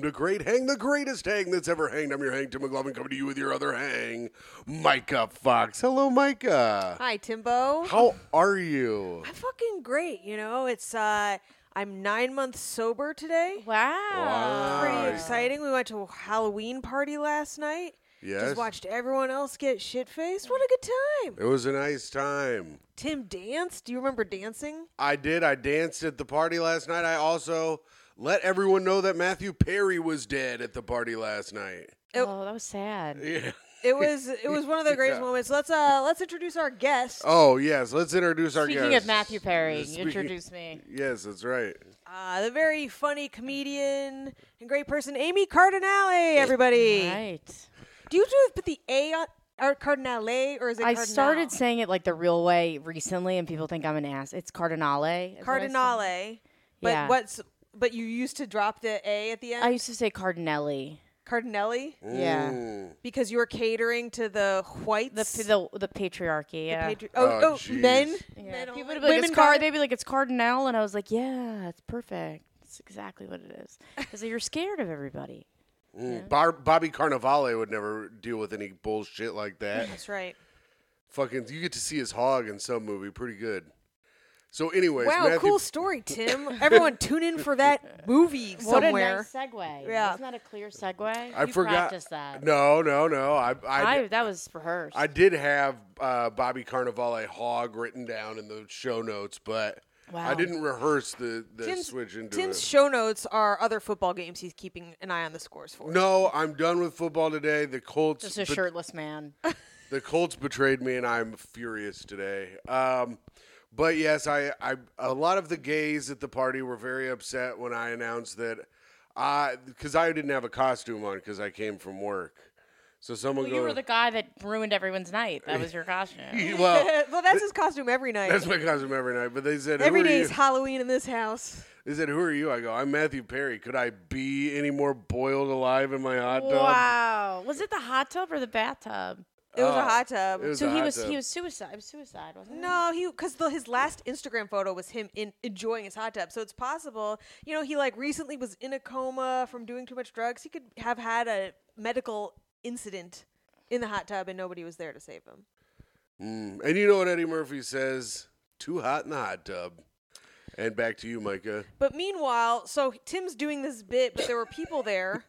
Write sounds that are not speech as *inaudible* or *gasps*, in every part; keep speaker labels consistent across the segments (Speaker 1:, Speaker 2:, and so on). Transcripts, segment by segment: Speaker 1: to Great Hang, the greatest hang that's ever hanged. I'm your hang, Tim McLaughlin, coming to you with your other hang, Micah Fox. Hello, Micah.
Speaker 2: Hi, Timbo.
Speaker 1: How are you?
Speaker 2: I'm fucking great. You know, it's uh, I'm nine months sober today.
Speaker 1: Wow.
Speaker 3: Wow.
Speaker 2: Pretty exciting. We went to a Halloween party last night.
Speaker 1: Yes.
Speaker 2: Just watched everyone else get shit faced. What a good time.
Speaker 1: It was a nice time.
Speaker 2: Tim danced. Do you remember dancing?
Speaker 1: I did. I danced at the party last night. I also let everyone know that Matthew Perry was dead at the party last night.
Speaker 3: oh, that was sad.
Speaker 1: Yeah.
Speaker 2: It was it was one of the greatest
Speaker 1: Yeah.
Speaker 2: moments. Let's uh let's introduce our guest.
Speaker 1: Oh, yes. Let's introduce our
Speaker 3: Speaking
Speaker 1: guest.
Speaker 3: of Matthew Perry, you
Speaker 1: Speaking-
Speaker 3: introduced
Speaker 1: *laughs*
Speaker 3: me.
Speaker 1: Yes, that's right.
Speaker 2: Uh, the very funny comedian and great person, Amy Cardinale. Everybody,
Speaker 3: Right.
Speaker 2: do you do put the A on or Cardinale or is it?
Speaker 3: I
Speaker 2: Cardinal?
Speaker 3: started saying it like the real way recently, and people think I'm an ass. It's Cardinale. is what I say.
Speaker 2: Cardinale. But
Speaker 3: Yeah.
Speaker 2: what's but you used to drop the A at the end?
Speaker 3: I used to say Cardinelli.
Speaker 2: Cardinelli?
Speaker 3: Yeah.
Speaker 1: Mm.
Speaker 2: Because you were catering to the whites.
Speaker 3: The, the the patriarchy. Yeah.
Speaker 2: patri- oh,
Speaker 1: Oh,
Speaker 2: oh,
Speaker 1: jeez.
Speaker 2: men.
Speaker 3: Yeah.
Speaker 2: men
Speaker 3: People
Speaker 2: only.
Speaker 3: would be like,
Speaker 2: Women
Speaker 3: it's car-
Speaker 2: got it.
Speaker 3: they'd be like, it's Cardinal. And I was like, yeah, it's perfect. It's exactly what it *laughs* is. Because you're scared of everybody.
Speaker 1: Mm. Bar- Bobby Carnivale would never deal with any bullshit like that.
Speaker 2: That's right.
Speaker 1: Fucking, you get to see his hog in some movie. Pretty good. So, anyways,
Speaker 2: wow,
Speaker 1: Matthew- *laughs*
Speaker 2: cool story, Tim. Everyone tune in for that movie somewhere.
Speaker 3: What a nice segue.
Speaker 2: Yeah.
Speaker 3: Isn't that a clear segue?
Speaker 1: I forgot.
Speaker 3: practiced that.
Speaker 1: No, no, no. I, I,
Speaker 3: I, that was rehearsed.
Speaker 1: I did have uh, Bobby Carnivale hog written down in the show notes, but I
Speaker 3: Wow.
Speaker 1: didn't rehearse the, the
Speaker 2: Tim's,
Speaker 1: switch into
Speaker 2: Tim's
Speaker 1: it.
Speaker 2: show notes are other football games he's keeping an eye on the scores for.
Speaker 1: no, I'm done with football today. The Colts,
Speaker 3: Just a
Speaker 1: bet-
Speaker 3: shirtless man.
Speaker 1: the Colts betrayed me, and I'm furious today. Um, but yes, I, I, a lot of the gays at the party were very upset when I announced that I, because I didn't have a costume on because I came from work. So someone
Speaker 3: you
Speaker 1: go.
Speaker 3: were the guy that ruined everyone's night. That was your
Speaker 1: *laughs*
Speaker 3: costume. *laughs*
Speaker 1: well,
Speaker 2: Uh, well, that's his costume every night.
Speaker 1: That's my costume every night. But they said
Speaker 2: every
Speaker 1: who are
Speaker 2: day
Speaker 1: you?
Speaker 2: is Halloween in this house.
Speaker 1: They said, "Who are you?" I go, "I'm Matthew Perry. Could I be any more boiled alive in my hot tub?"
Speaker 3: Wow. Was it the hot tub or the bathtub?
Speaker 2: It was
Speaker 1: Oh,
Speaker 2: a hot tub.
Speaker 1: it was
Speaker 3: so
Speaker 1: a
Speaker 3: he
Speaker 1: hot
Speaker 3: was
Speaker 1: tub.
Speaker 3: he was suicide. It was suicide, wasn't it?
Speaker 2: No, he because his last Instagram photo was him in enjoying his hot tub, so it's possible. You know, he like recently was in a coma from doing too much drugs. He could have had a medical incident in the hot tub, and nobody was there to save him.
Speaker 1: Mm. And you know what Eddie Murphy says? Too hot in the hot tub. And back to you, Micah.
Speaker 2: But meanwhile, so Tim's doing this bit, but there were
Speaker 1: *laughs*
Speaker 2: people there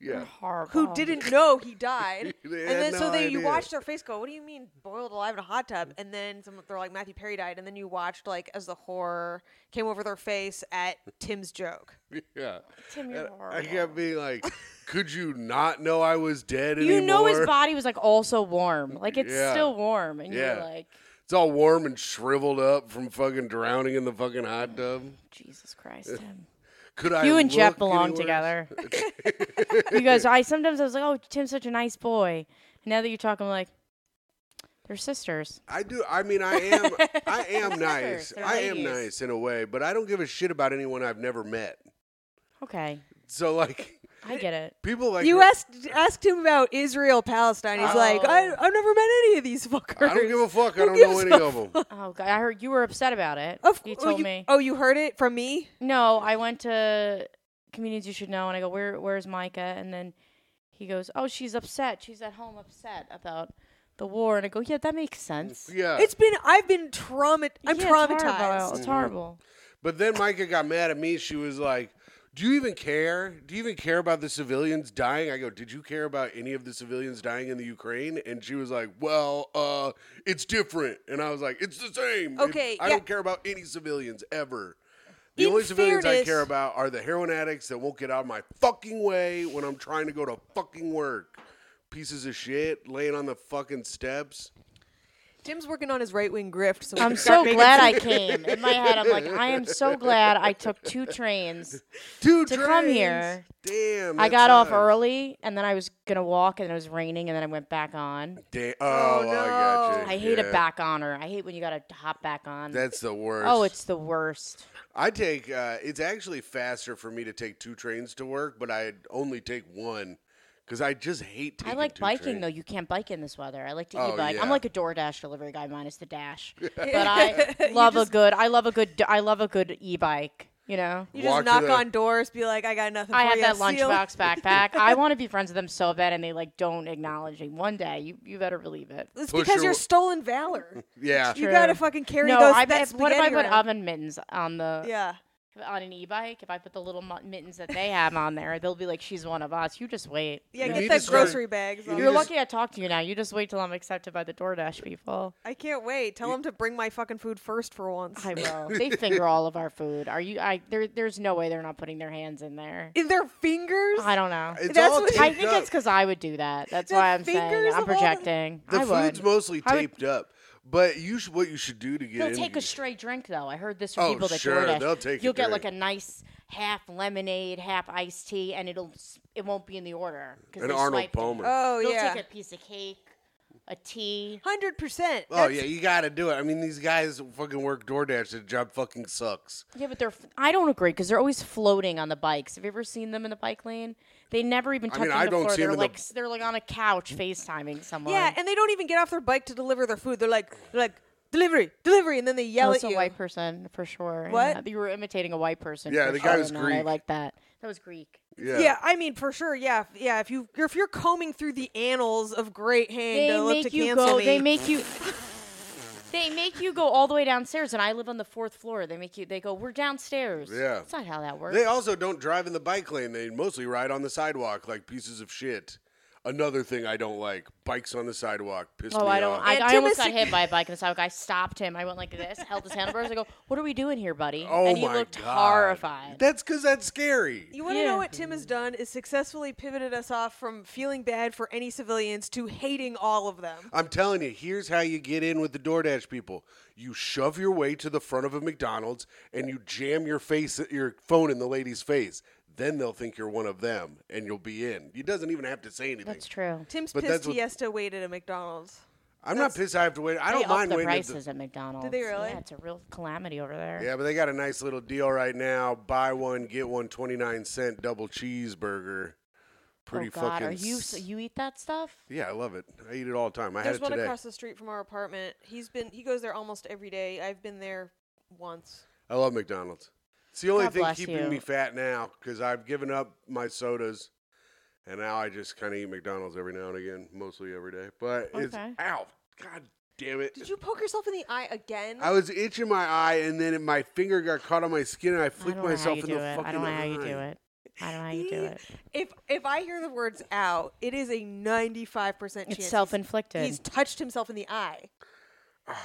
Speaker 1: Yeah.
Speaker 3: Horrible.
Speaker 2: who didn't know he died, and
Speaker 1: Oh, *laughs* They had
Speaker 2: then so
Speaker 1: no
Speaker 2: they you
Speaker 1: idea.
Speaker 2: watched their face go. What do you mean boiled alive in a hot tub? And then some, they're like Matthew Perry died, and then you watched like as the horror came over their face at Tim's joke.
Speaker 1: *laughs* Yeah.
Speaker 3: Tim, you're
Speaker 1: And
Speaker 3: horrible.
Speaker 1: I kept being like, "Could you not know I was dead
Speaker 3: you know
Speaker 1: anymore?"
Speaker 3: his body was like also warm. Like it's
Speaker 1: Yeah.
Speaker 3: still warm, and
Speaker 1: Yeah.
Speaker 3: you're like,
Speaker 1: it's all warm and shriveled up from fucking drowning in the fucking hot tub.
Speaker 3: Jesus Christ, Tim.
Speaker 1: Could I?
Speaker 3: you and Jeff
Speaker 1: look
Speaker 3: belong
Speaker 1: anywhere? *laughs*
Speaker 3: together. you guys. I sometimes I was like, oh, Tim's such a nice boy. And now that you talk, I'm like, they're sisters.
Speaker 1: I do. I mean, I
Speaker 3: *laughs*
Speaker 1: am. I am nice.
Speaker 3: They're
Speaker 1: I am
Speaker 3: ladies.
Speaker 1: nice in a way, but I don't give a shit about anyone I've never met.
Speaker 3: Okay,
Speaker 1: So like, *laughs*
Speaker 3: I get it.
Speaker 1: people like
Speaker 2: You asked asked him about Israel Palestine. He's like, I,
Speaker 3: Oh.
Speaker 2: I've never met any of these fuckers.
Speaker 1: I don't give a fuck. I
Speaker 2: Who
Speaker 1: don't know
Speaker 2: gives
Speaker 1: any
Speaker 2: a
Speaker 1: of them.
Speaker 3: Oh God, I heard you were upset about it.
Speaker 2: Of
Speaker 3: you
Speaker 2: cou-
Speaker 3: told
Speaker 2: oh, you,
Speaker 3: me.
Speaker 2: Oh, you heard it from me.
Speaker 3: No, I went to comedians you should know, and I go, where where's Micah? And then he goes, oh, she's upset. She's at home upset about the war. And I go, yeah, that makes sense.
Speaker 1: Yeah.
Speaker 2: It's been I've been trauma. I'm
Speaker 3: Yeah, It's horrible.
Speaker 2: traumatized.
Speaker 3: It's horrible.
Speaker 1: but then Micah got mad at me. She was like, "Do you even care? Do you even care about the civilians dying?" I go, "Did you care about any of the civilians dying in the Ukraine?" And she was like, "Well, uh, it's different." And I was like, "It's the same. It-
Speaker 2: Okay,
Speaker 1: I
Speaker 2: yeah.
Speaker 1: don't care about any civilians ever." The
Speaker 2: In
Speaker 1: only civilians I
Speaker 2: fairness-
Speaker 1: care about are the heroin addicts that won't get out of my fucking way when I'm trying to go to fucking work. Pieces of shit laying on the fucking steps.
Speaker 2: Tim's working on his right wing grift. So we
Speaker 3: I'm
Speaker 2: can start
Speaker 3: so
Speaker 2: making-
Speaker 3: glad
Speaker 2: *laughs*
Speaker 3: I came. In my head, I'm like, I am so glad I took two trains.
Speaker 1: Dude,
Speaker 3: To come here.
Speaker 1: Damn.
Speaker 3: I
Speaker 1: that
Speaker 3: got off
Speaker 1: sucks.
Speaker 3: early, and then I was gonna walk, and then it was raining, and then I went back on.
Speaker 1: Da- oh,
Speaker 2: Oh,
Speaker 1: I got
Speaker 2: no.
Speaker 1: you.
Speaker 3: I hate
Speaker 1: Yeah.
Speaker 3: a back oner. I hate when you gotta hop back on.
Speaker 1: That's the worst.
Speaker 3: oh, it's the worst.
Speaker 1: I take. Uh, it's actually faster for me to take two trains to work, but I only take one because I just hate.
Speaker 3: I
Speaker 1: Taking
Speaker 3: like
Speaker 1: two
Speaker 3: biking
Speaker 1: trains.
Speaker 3: though. You can't bike in this weather. I like to
Speaker 1: Oh,
Speaker 3: e-bike.
Speaker 1: yeah.
Speaker 3: I'm like a DoorDash
Speaker 2: *laughs*
Speaker 3: delivery guy minus the dash. but I love a good. I love a good. I love a good e-bike. You know,
Speaker 2: You
Speaker 1: Walk
Speaker 2: just
Speaker 1: to
Speaker 2: knock
Speaker 1: the-
Speaker 2: on doors, be like, I got nothing.
Speaker 3: I
Speaker 2: for
Speaker 3: have
Speaker 2: you.
Speaker 3: that
Speaker 2: Seal.
Speaker 3: lunchbox
Speaker 2: *laughs*
Speaker 3: backpack. I want to be friends with them so bad, and they like don't acknowledge me. One day, you you better believe it.
Speaker 2: It's
Speaker 1: Push
Speaker 2: because
Speaker 1: your-
Speaker 2: you're stolen valor.
Speaker 1: *laughs* Yeah.
Speaker 2: You
Speaker 3: True.
Speaker 2: gotta fucking carry
Speaker 3: no,
Speaker 2: those.
Speaker 3: I
Speaker 2: that
Speaker 3: bet. What if I
Speaker 2: spaghetti
Speaker 3: put
Speaker 2: around.
Speaker 3: oven mittens on the
Speaker 2: Yeah.
Speaker 3: on an e-bike? If I put the little mu- mittens that they have on there, they'll be like, "She's one of us." You just wait.
Speaker 2: Yeah,
Speaker 1: You need to
Speaker 2: get the
Speaker 1: start-
Speaker 2: grocery bags.
Speaker 1: you
Speaker 2: on.
Speaker 1: need
Speaker 3: You're
Speaker 1: to-
Speaker 3: lucky I talked to you now. You just wait till I'm accepted by the DoorDash people.
Speaker 2: I can't wait. Tell them to bring my fucking food first for once.
Speaker 3: *laughs* I will.
Speaker 1: *laughs*
Speaker 3: they finger all of our food. Are you? I there. There's no way they're not putting their hands in there.
Speaker 2: In their fingers.
Speaker 3: I don't know.
Speaker 1: It's
Speaker 2: That's
Speaker 1: all
Speaker 2: what-
Speaker 1: taped
Speaker 3: I think
Speaker 1: up.
Speaker 3: it's because I would do that. That's
Speaker 2: The
Speaker 3: why I'm saying
Speaker 2: fingers
Speaker 3: I'm
Speaker 2: of all the-
Speaker 3: projecting.
Speaker 1: the
Speaker 3: I would.
Speaker 1: food's mostly
Speaker 3: I would-
Speaker 1: taped up. But you should, what you should do to get
Speaker 3: They'll
Speaker 1: into
Speaker 3: take a
Speaker 1: these-
Speaker 3: straight drink though. I heard this from
Speaker 1: Oh,
Speaker 3: people that
Speaker 1: sure,
Speaker 3: DoorDash.
Speaker 1: they'll take a
Speaker 3: You'll get like a
Speaker 1: drink.
Speaker 3: nice half lemonade, half iced tea, and it'll s- it won't be in the order. 'cause
Speaker 1: An
Speaker 3: they
Speaker 1: Arnold
Speaker 3: swiped it.
Speaker 1: Palmer.
Speaker 2: Oh
Speaker 3: They'll
Speaker 2: yeah.
Speaker 3: take a piece of cake, a tea.
Speaker 2: Hundred percent.
Speaker 1: Oh yeah, you got to do it. I mean, these guys who fucking work DoorDash. The job fucking sucks.
Speaker 3: Yeah, but they're. f- I don't agree because they're always floating on the bikes. Have you ever seen them in the bike lane? They never even touch
Speaker 1: mean,
Speaker 3: the
Speaker 1: I don't
Speaker 3: floor.
Speaker 1: see
Speaker 3: they're
Speaker 1: them in the-
Speaker 3: like s- they're like on a couch, FaceTiming someone.
Speaker 2: Yeah, and they don't even get off their bike to deliver their food. They're like, they're like delivery, delivery, and then they yell
Speaker 3: Oh,
Speaker 2: at
Speaker 3: it's a
Speaker 2: you.
Speaker 3: white person for sure.
Speaker 2: What?
Speaker 3: And, uh, you were imitating a white person.
Speaker 1: Yeah,
Speaker 3: for
Speaker 1: the
Speaker 3: sure,
Speaker 1: guy was
Speaker 3: and I
Speaker 1: Greek.
Speaker 3: like that. That was Greek.
Speaker 1: Yeah.
Speaker 2: Yeah, I mean for sure. Yeah, if- yeah. If you if you're combing through the annals of great uh, hang,
Speaker 3: they
Speaker 2: to look
Speaker 3: make
Speaker 2: to
Speaker 3: you
Speaker 2: cancel
Speaker 3: go.
Speaker 2: me.
Speaker 3: They make
Speaker 2: *laughs*
Speaker 3: you. They make you go all the way downstairs, and I live on the fourth floor. They make you. They go. We're downstairs.
Speaker 1: Yeah.
Speaker 3: that's not how that works.
Speaker 1: They also don't drive in the bike lane. They mostly ride on the sidewalk like pieces of shit. Another thing I don't like: bikes on the sidewalk. Piss
Speaker 3: Oh,
Speaker 1: me
Speaker 3: I don't.
Speaker 1: off.
Speaker 3: I,
Speaker 2: And
Speaker 3: I
Speaker 2: Tim
Speaker 3: almost
Speaker 2: is-
Speaker 3: got hit by a bike in the sidewalk. I stopped him. I went like this, held his hand over. I go, "What are we doing here, buddy?"
Speaker 1: oh
Speaker 3: and he
Speaker 1: my
Speaker 3: looked
Speaker 1: god,
Speaker 3: horrified.
Speaker 1: That's because that's scary.
Speaker 2: You want to
Speaker 3: Yeah.
Speaker 2: know what Tim has done is successfully pivoted us off from feeling bad for any civilians to hating all of them.
Speaker 1: I'm telling you, here's how you get in with the DoorDash people. You shove your way to the front of a McDonald's and you jam your face your phone in the lady's face. Then they'll think you're one of them and you'll be in. He doesn't even have to say anything.
Speaker 3: That's true.
Speaker 2: Tim's
Speaker 1: But
Speaker 2: pissed
Speaker 1: that's what-
Speaker 2: Fiesta waited at McDonald's.
Speaker 1: I'm not pissed I have to wait. I
Speaker 3: They
Speaker 1: don't mind
Speaker 3: upped the
Speaker 1: waiting. at the-
Speaker 3: prices at McDonald's.
Speaker 2: they really?
Speaker 3: Yeah, it's a real calamity over there.
Speaker 1: yeah, but they got a nice little deal right now. Buy one, get one 29 cent double cheeseburger. Pretty
Speaker 3: oh God,
Speaker 1: fucking
Speaker 3: are you
Speaker 1: s-
Speaker 3: so you eat that stuff?
Speaker 1: Yeah, I love it. I eat it all the time. I
Speaker 2: There's
Speaker 1: had
Speaker 2: one
Speaker 1: it today.
Speaker 2: across the street from our apartment. He's been he goes there almost every day. I've been there once.
Speaker 1: I love McDonald's. It's the only
Speaker 3: God
Speaker 1: thing
Speaker 3: bless
Speaker 1: keeping
Speaker 3: you.
Speaker 1: me fat now because I've given up my sodas, and now I just kind of eat McDonald's every now and again, mostly every day. But it's
Speaker 3: Okay.
Speaker 1: ow, god damn it!
Speaker 2: Did you poke yourself in the eye again?
Speaker 1: I was itching my eye, and then it, my finger got caught on my skin, and I
Speaker 3: I don't
Speaker 1: flicked
Speaker 3: know
Speaker 1: myself
Speaker 3: how you
Speaker 1: in
Speaker 3: do
Speaker 1: the
Speaker 3: it.
Speaker 1: fucking
Speaker 3: I don't know
Speaker 1: eye.
Speaker 3: how you do it. I don't know how you do it.
Speaker 2: if if I hear the words "ow," it is a ninety-five percent chance.
Speaker 3: It's
Speaker 2: he's-
Speaker 3: self-inflicted.
Speaker 2: He's touched himself in the eye.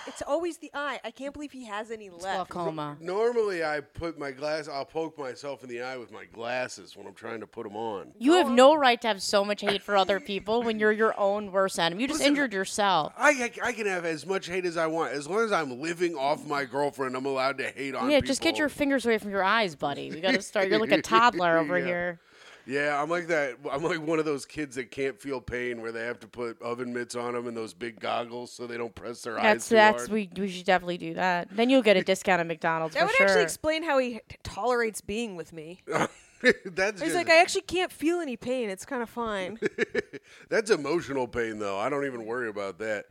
Speaker 2: It's always the eye. I can't believe he has any
Speaker 3: It's
Speaker 2: left.
Speaker 3: glaucoma.
Speaker 1: Normally, I put my glass. I'll poke myself in the eye with my glasses when I'm trying to put them on.
Speaker 3: You have no right to have so much hate for other people when you're your own worst enemy. You just injured yourself.
Speaker 1: I, I, I can have as much hate as I want as long as I'm living off my girlfriend. I'm allowed to hate on.
Speaker 3: Yeah, just get
Speaker 1: people.
Speaker 3: your fingers away from your eyes, buddy. We got to start. You're like a toddler
Speaker 1: *laughs*
Speaker 3: over
Speaker 1: Yeah.
Speaker 3: here.
Speaker 1: Yeah, I'm like that. I'm like one of those kids that can't feel pain, where they have to put oven mitts on them and those big goggles so they don't press their eyes.
Speaker 3: That's
Speaker 1: Too
Speaker 3: that's
Speaker 1: hard.
Speaker 3: we we should definitely do that. Then you'll get a discount at McDonald's
Speaker 2: That
Speaker 3: for
Speaker 2: would
Speaker 3: sure.
Speaker 2: actually explain how he t- tolerates being with me.
Speaker 1: *laughs* that's
Speaker 2: He's
Speaker 1: just,
Speaker 2: like, I actually can't feel any pain. It's kind
Speaker 1: *laughs*
Speaker 2: of fine.
Speaker 1: that's emotional pain though. I don't even worry about that.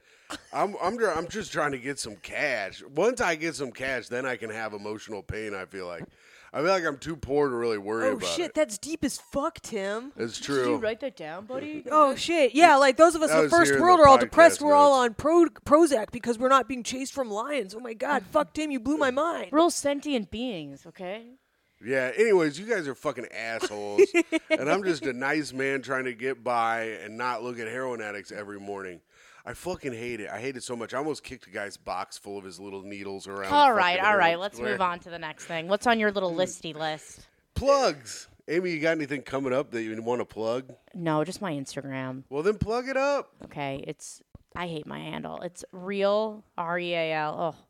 Speaker 1: I'm I'm dr- I'm just trying to get some cash. Once I get some cash, then I can have emotional pain. I feel like I feel like I'm too poor to really worry
Speaker 2: oh
Speaker 1: about
Speaker 2: shit,
Speaker 1: it.
Speaker 2: that's deep as fuck,
Speaker 1: *laughs*
Speaker 2: Tim.
Speaker 1: It's
Speaker 3: Did
Speaker 1: true.
Speaker 3: you write that down, *laughs* buddy?
Speaker 2: Oh shit, yeah. Like those of us
Speaker 1: That
Speaker 2: in the
Speaker 1: was
Speaker 2: first
Speaker 1: here in the
Speaker 2: world are all
Speaker 1: podcast
Speaker 2: depressed. We're all on Pro- Prozac because we're not being chased from lions. Oh my god, fuck Tim, you blew my
Speaker 3: *laughs*
Speaker 2: mind.
Speaker 3: We're all sentient beings, okay?
Speaker 1: Yeah. Anyways, you guys are fucking
Speaker 3: *laughs*
Speaker 1: assholes, and I'm just a nice man trying to get by and not look at heroin addicts every morning. I fucking hate it. I hate it so much. I almost kicked a guy's box full of his little needles around.
Speaker 3: All right,
Speaker 1: fucking Hmm.
Speaker 3: all right.
Speaker 1: Herald
Speaker 3: Let's
Speaker 1: Square.
Speaker 3: move on to the next thing. What's on your little listy list?
Speaker 1: Plugs. Amy, you got anything coming up that you want to plug?
Speaker 3: No, just my Instagram.
Speaker 1: Well, then plug it up.
Speaker 3: Okay, it's I hate my handle. It's real R E A L oh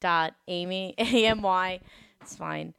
Speaker 3: dot Amy *laughs* A M Y. It's fine.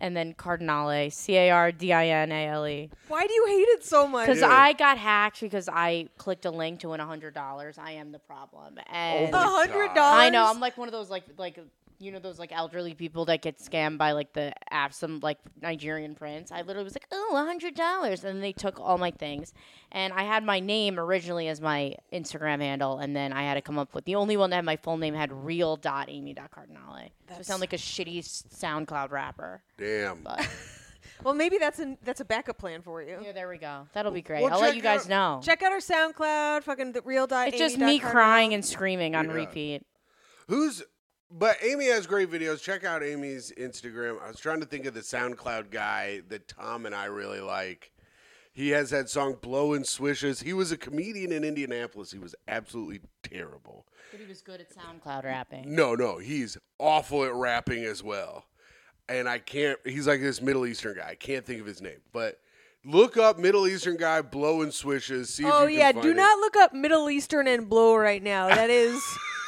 Speaker 3: And then Cardinale C A R D I N A L E.
Speaker 2: Why do you hate it so much?
Speaker 3: Because
Speaker 1: Yeah.
Speaker 3: I got hacked because I clicked a link to win hundred dollars. I am the problem. And
Speaker 1: my
Speaker 2: hundred dollars.
Speaker 1: God.
Speaker 3: I know I'm like one of those like like you know those like elderly people that get scammed by like the app some like Nigerian prince. I literally was like, oh, a hundred dollars, and they took all my things. And I had my name originally as my Instagram handle, and then I had to come up with the only one that had my full name had real dot Amy dot Cardinale. So I sound like a shitty s- SoundCloud rapper.
Speaker 1: Damn.
Speaker 3: But
Speaker 2: Well, maybe that's a that's a backup plan for you.
Speaker 3: yeah, there we go. That'll be great.
Speaker 1: Well,
Speaker 3: I'll let
Speaker 1: check
Speaker 3: you guys
Speaker 1: out-
Speaker 3: know.
Speaker 2: Check out our SoundCloud, fucking the real.
Speaker 3: it's just me crying and screaming on
Speaker 1: Yeah.
Speaker 3: repeat.
Speaker 1: Who's but Amy has great videos. Check out Amy's Instagram. I was trying to think of the SoundCloud guy that Tom and I really like. He has that song Blow and Swishes. He was a comedian in Indianapolis. He was absolutely terrible.
Speaker 3: But he was good at SoundCloud rapping.
Speaker 1: No, no, he's awful at rapping as well. And I can't he's like this Middle Eastern guy. I can't think of his name. But look up Middle Eastern guy Blow and Swishes. See
Speaker 2: Oh
Speaker 1: if you
Speaker 2: yeah,
Speaker 1: can find
Speaker 2: do
Speaker 1: it.
Speaker 2: not look up Middle Eastern and blow
Speaker 1: *laughs*
Speaker 2: right now. That is,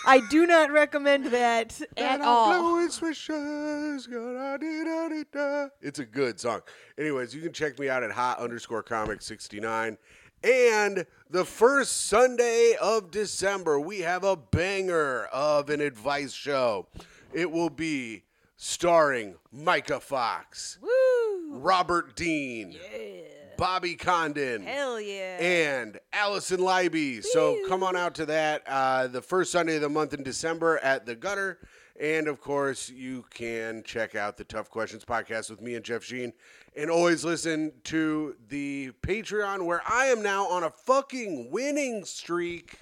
Speaker 2: I do not recommend that at
Speaker 1: And I'm
Speaker 2: all.
Speaker 1: blowing swishes, gonna do da do da. It's a good song. Anyways, you can check me out at hot underscore comic 69. And the first Sunday of December, we have a banger of an advice show. It will be starring Micah Fox,
Speaker 2: Woo!
Speaker 1: Robert Dean, Bobby Condon,
Speaker 2: Hell yeah!
Speaker 1: and Allison Leiby. So come on out to that uh, the first Sunday of the month in December at the Gutter. And of course, you can check out the Tough Questions podcast with me and Jeff Sheen. And always listen to the Patreon where I am now on a fucking winning streak.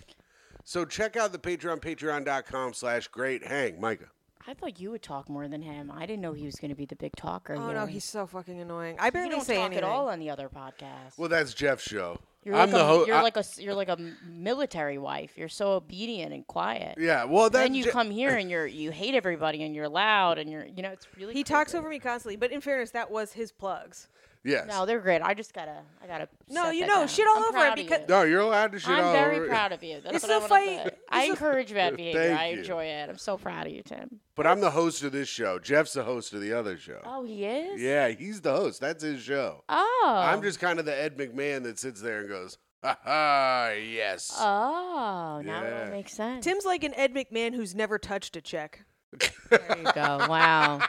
Speaker 1: So check out the Patreon, patreon.com slash great hang. Micah.
Speaker 3: I thought you would talk more than him. I didn't know he was going to be the big talker.
Speaker 2: oh
Speaker 3: here.
Speaker 2: no, he's so fucking annoying. I
Speaker 3: You
Speaker 2: barely
Speaker 3: don't
Speaker 2: say
Speaker 3: talk
Speaker 2: anything
Speaker 3: at all on the other podcast.
Speaker 1: Well, that's Jeff's show.
Speaker 3: you're
Speaker 1: I'm
Speaker 3: like
Speaker 1: the
Speaker 3: a,
Speaker 1: host.
Speaker 3: You're like a s- you're like a m- military wife. You're so obedient and quiet.
Speaker 1: yeah, well, that's
Speaker 3: then you
Speaker 1: Je-
Speaker 3: come here and you're you hate everybody and you're loud and you're you know it's really
Speaker 2: He talks over me constantly, but in fairness, that was his plugs.
Speaker 1: Yes.
Speaker 3: No, they're great. I just gotta I gotta
Speaker 2: No,
Speaker 3: set
Speaker 2: you
Speaker 3: that
Speaker 2: know,
Speaker 3: down.
Speaker 2: shit all
Speaker 3: I'm
Speaker 2: over it
Speaker 3: proud of
Speaker 2: because-
Speaker 3: you.
Speaker 1: No, you're allowed to shit
Speaker 3: I'm
Speaker 1: all
Speaker 3: very
Speaker 1: over-
Speaker 3: proud of you. That's
Speaker 2: It's
Speaker 3: what I
Speaker 2: a
Speaker 3: wanna
Speaker 2: fight-
Speaker 3: say. I
Speaker 2: it's a-
Speaker 3: encourage bad behavior.
Speaker 1: Thank
Speaker 3: I
Speaker 1: you.
Speaker 3: enjoy it. I'm so proud of you, Tim.
Speaker 1: But I'm the host of this show. Jeff's the host of the other show.
Speaker 3: Oh, he is.
Speaker 1: Yeah, he's the host. That's his show.
Speaker 3: Oh.
Speaker 1: I'm just kind of the Ed McMahon that sits there and goes, ha ha, yes.
Speaker 3: Oh, now it
Speaker 1: Yeah.
Speaker 3: all makes sense.
Speaker 2: Tim's like an Ed McMahon who's never touched a check.
Speaker 3: There you go. Wow.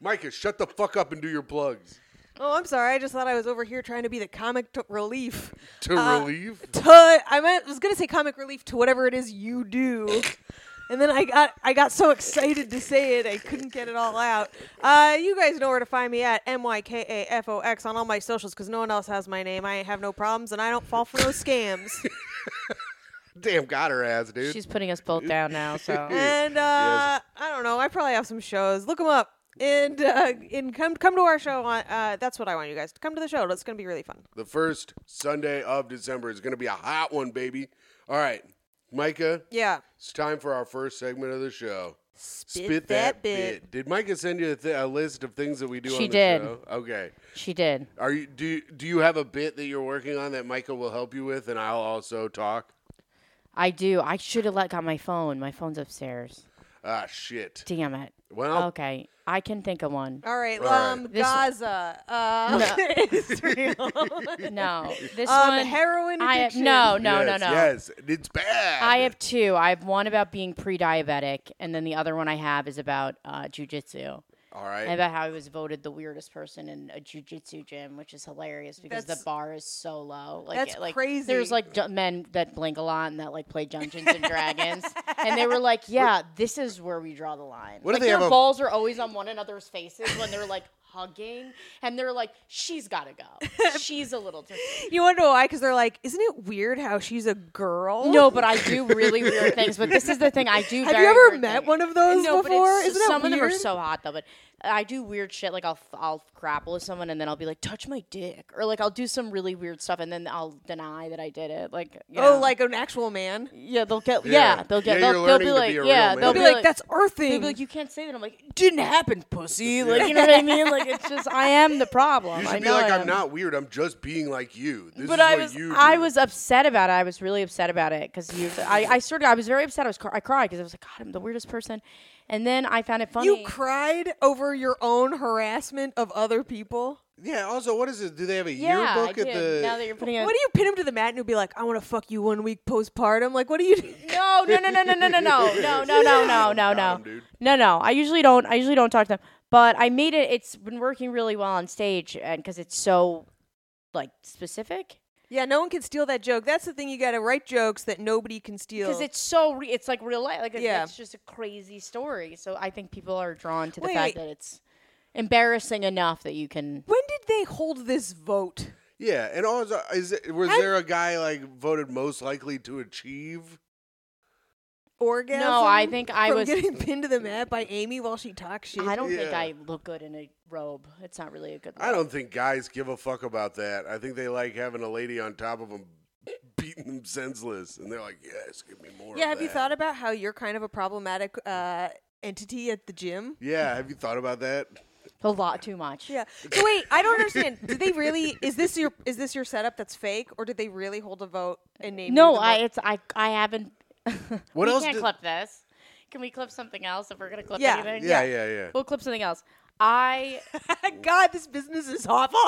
Speaker 1: Micah, shut the fuck up and do your plugs.
Speaker 2: Oh, I'm sorry. I just thought I was over here trying to be the comic t- relief.
Speaker 1: To
Speaker 2: Uh,
Speaker 1: relieve?
Speaker 2: to I meant, was gonna say comic relief to whatever it is you do. And then I got I got so excited to say it I couldn't get it all out. Uh, you guys know where to find me at M Y K A F O X on all my socials because no one else has my name. I have no problems and I don't fall for no
Speaker 3: *laughs*
Speaker 2: scams.
Speaker 1: Damn, got her ass, *laughs* dude.
Speaker 3: She's putting us both down now, so.
Speaker 1: *laughs*
Speaker 2: and uh, I don't know. I probably have some shows. Look them up and uh, and come come to our show. On uh, that's what I want you guys to come to the show. It's gonna be really fun.
Speaker 1: the first Sunday of December is going to be a hot one, baby. All right, Micah,
Speaker 2: Yeah.
Speaker 1: it's time for our first segment of the show.
Speaker 2: Spit,
Speaker 1: Did Micah send you a, th- a list of things that we do
Speaker 3: She
Speaker 1: on the
Speaker 3: did.
Speaker 1: show? Okay.
Speaker 3: She did.
Speaker 1: Are you do you- do you have a bit that you're working on that Micah will help you with, and I'll also talk?
Speaker 3: I do. I should have let go my phone. My phone's upstairs.
Speaker 1: Ah, shit.
Speaker 3: Damn it.
Speaker 1: Well,
Speaker 3: Okay. I can think of one.
Speaker 1: *laughs*
Speaker 2: All right,
Speaker 1: All right.
Speaker 2: um,
Speaker 3: This-
Speaker 2: Gaza, uh, *laughs* Israel,
Speaker 3: No. This
Speaker 2: um,
Speaker 3: one.
Speaker 2: heroin
Speaker 3: I have,
Speaker 2: addiction.
Speaker 3: no, no,
Speaker 1: yes,
Speaker 3: no, no.
Speaker 1: Yes, it's bad.
Speaker 3: I have two. I have one about being pre diabetic, and then the other one I have is about uh, jujitsu.
Speaker 1: All
Speaker 3: And
Speaker 1: right.
Speaker 3: about how I was voted the weirdest person in a jujitsu gym, which is hilarious because
Speaker 2: That's-
Speaker 3: the bar is so low. Like,
Speaker 2: That's
Speaker 3: it- like,
Speaker 2: crazy.
Speaker 3: There's like d- men that blink a lot and that like play Dungeons and Dragons, and
Speaker 2: *laughs*
Speaker 3: they were like, "Yeah, this is where we draw the line."
Speaker 1: What do
Speaker 3: like
Speaker 1: they
Speaker 3: their
Speaker 1: have a-
Speaker 3: balls are always on one another's faces when they're like hugging, and they're like, "She's got to go. She's a
Speaker 2: *laughs*
Speaker 3: little." Too-
Speaker 2: You want to know why? Because they're like, isn't it weird how she's a girl?
Speaker 3: no, but I do really weird things. But this is the thing I do.
Speaker 2: Have
Speaker 3: very
Speaker 2: you ever
Speaker 3: weird
Speaker 2: met
Speaker 3: things.
Speaker 2: one of those
Speaker 3: no,
Speaker 2: before?
Speaker 3: But it's,
Speaker 2: Isn't that
Speaker 3: some of them are
Speaker 2: weird?
Speaker 3: so hot though. But I do weird shit. Like I'll I'll grapple with someone and then I'll be like, touch my dick, or like I'll do some really weird stuff and then I'll deny that I did it. Like you
Speaker 2: Oh,
Speaker 3: know.
Speaker 2: like an actual man.
Speaker 3: yeah, they'll get
Speaker 1: Yeah.
Speaker 3: yeah, they'll
Speaker 1: Yeah,
Speaker 3: get they'll,
Speaker 1: you're
Speaker 3: they'll
Speaker 1: learning
Speaker 3: be
Speaker 1: to
Speaker 3: like
Speaker 1: be a real
Speaker 3: yeah
Speaker 1: man.
Speaker 3: they'll
Speaker 2: Be
Speaker 3: be
Speaker 2: like,
Speaker 3: like
Speaker 2: that's
Speaker 3: They'll
Speaker 2: earthing.
Speaker 3: be like, you can't say that. I'm like, it didn't happen,
Speaker 1: *laughs*
Speaker 3: pussy. Like, you know what I mean? Like, it's just, I am the problem.
Speaker 1: You
Speaker 3: I
Speaker 1: should be
Speaker 3: know
Speaker 1: like,
Speaker 3: I
Speaker 1: I'm
Speaker 3: am."
Speaker 1: not weird. I'm just being like you. This
Speaker 3: but
Speaker 1: is
Speaker 3: I
Speaker 1: what
Speaker 3: was
Speaker 1: you. Do.
Speaker 3: I was upset about it. I was really upset about it because you. I, I sort of I was very upset. I was cr- I cried because I was like, God, I'm the weirdest person. And then I found it funny.
Speaker 2: you cried over your own harassment of other people.
Speaker 1: Yeah. Also, what is it? Do they have a
Speaker 3: Yeah, I
Speaker 1: yearbook
Speaker 3: did.
Speaker 1: at the?
Speaker 3: now that you're *laughs* putting it.
Speaker 2: What do you pin him to the mat and he'll be like, I want to fuck you one week postpartum? Like, what do you
Speaker 3: *laughs*
Speaker 2: do?
Speaker 3: No, no, no, no, no,
Speaker 1: *laughs*
Speaker 3: no, no, no, no, no, no, no, no,
Speaker 1: Got 'em,
Speaker 3: no,
Speaker 1: dude.
Speaker 3: no, no. I usually don't. I usually don't talk to them, but I made it. It's been working really well on stage, and because it's so like specific,
Speaker 2: Yeah, no one can steal that joke. That's the thing. You got to write jokes that nobody can steal.
Speaker 3: because it's so re- it's like real life. Like
Speaker 2: Yeah.
Speaker 3: yeah. it's just a crazy story. So I think people are drawn to the
Speaker 2: Wait, wait.
Speaker 3: fact that it's embarrassing enough that you can.
Speaker 2: when did they hold this vote?
Speaker 1: yeah. And also, is it, was
Speaker 2: And-
Speaker 1: there a guy like voted most likely to achieve?
Speaker 2: Orgasm?
Speaker 3: No, I think I
Speaker 2: from
Speaker 3: was-
Speaker 2: getting *laughs* pinned to the mat by Amy while she talks shit.
Speaker 3: I don't think
Speaker 1: Yeah.
Speaker 3: I look good in a robe. It's not really a good. Look.
Speaker 1: I don't think guys give a fuck about that. I think they like having a lady on top of them, beating them senseless, and they're like, "Yes, give me more."
Speaker 2: yeah,
Speaker 1: of
Speaker 2: have you
Speaker 1: that."
Speaker 2: thought about how you're kind of a problematic uh, entity at the gym?
Speaker 1: Yeah, have you thought about that?
Speaker 3: a lot too much.
Speaker 2: Yeah. So wait, I don't understand. Did they really? Is this your is this your setup that's fake, or did they really hold a vote and name? you
Speaker 3: No,
Speaker 2: the
Speaker 3: I
Speaker 2: mo-
Speaker 3: it's I I haven't. *laughs*
Speaker 1: What
Speaker 3: we
Speaker 1: else
Speaker 3: can't
Speaker 1: did-
Speaker 3: clip this. Can we clip something else if we're gonna clip
Speaker 2: Yeah. Oh,
Speaker 3: anything?
Speaker 1: Yeah, yeah, yeah.
Speaker 3: We'll clip something else. *laughs* I
Speaker 2: *laughs* God, this business is awful.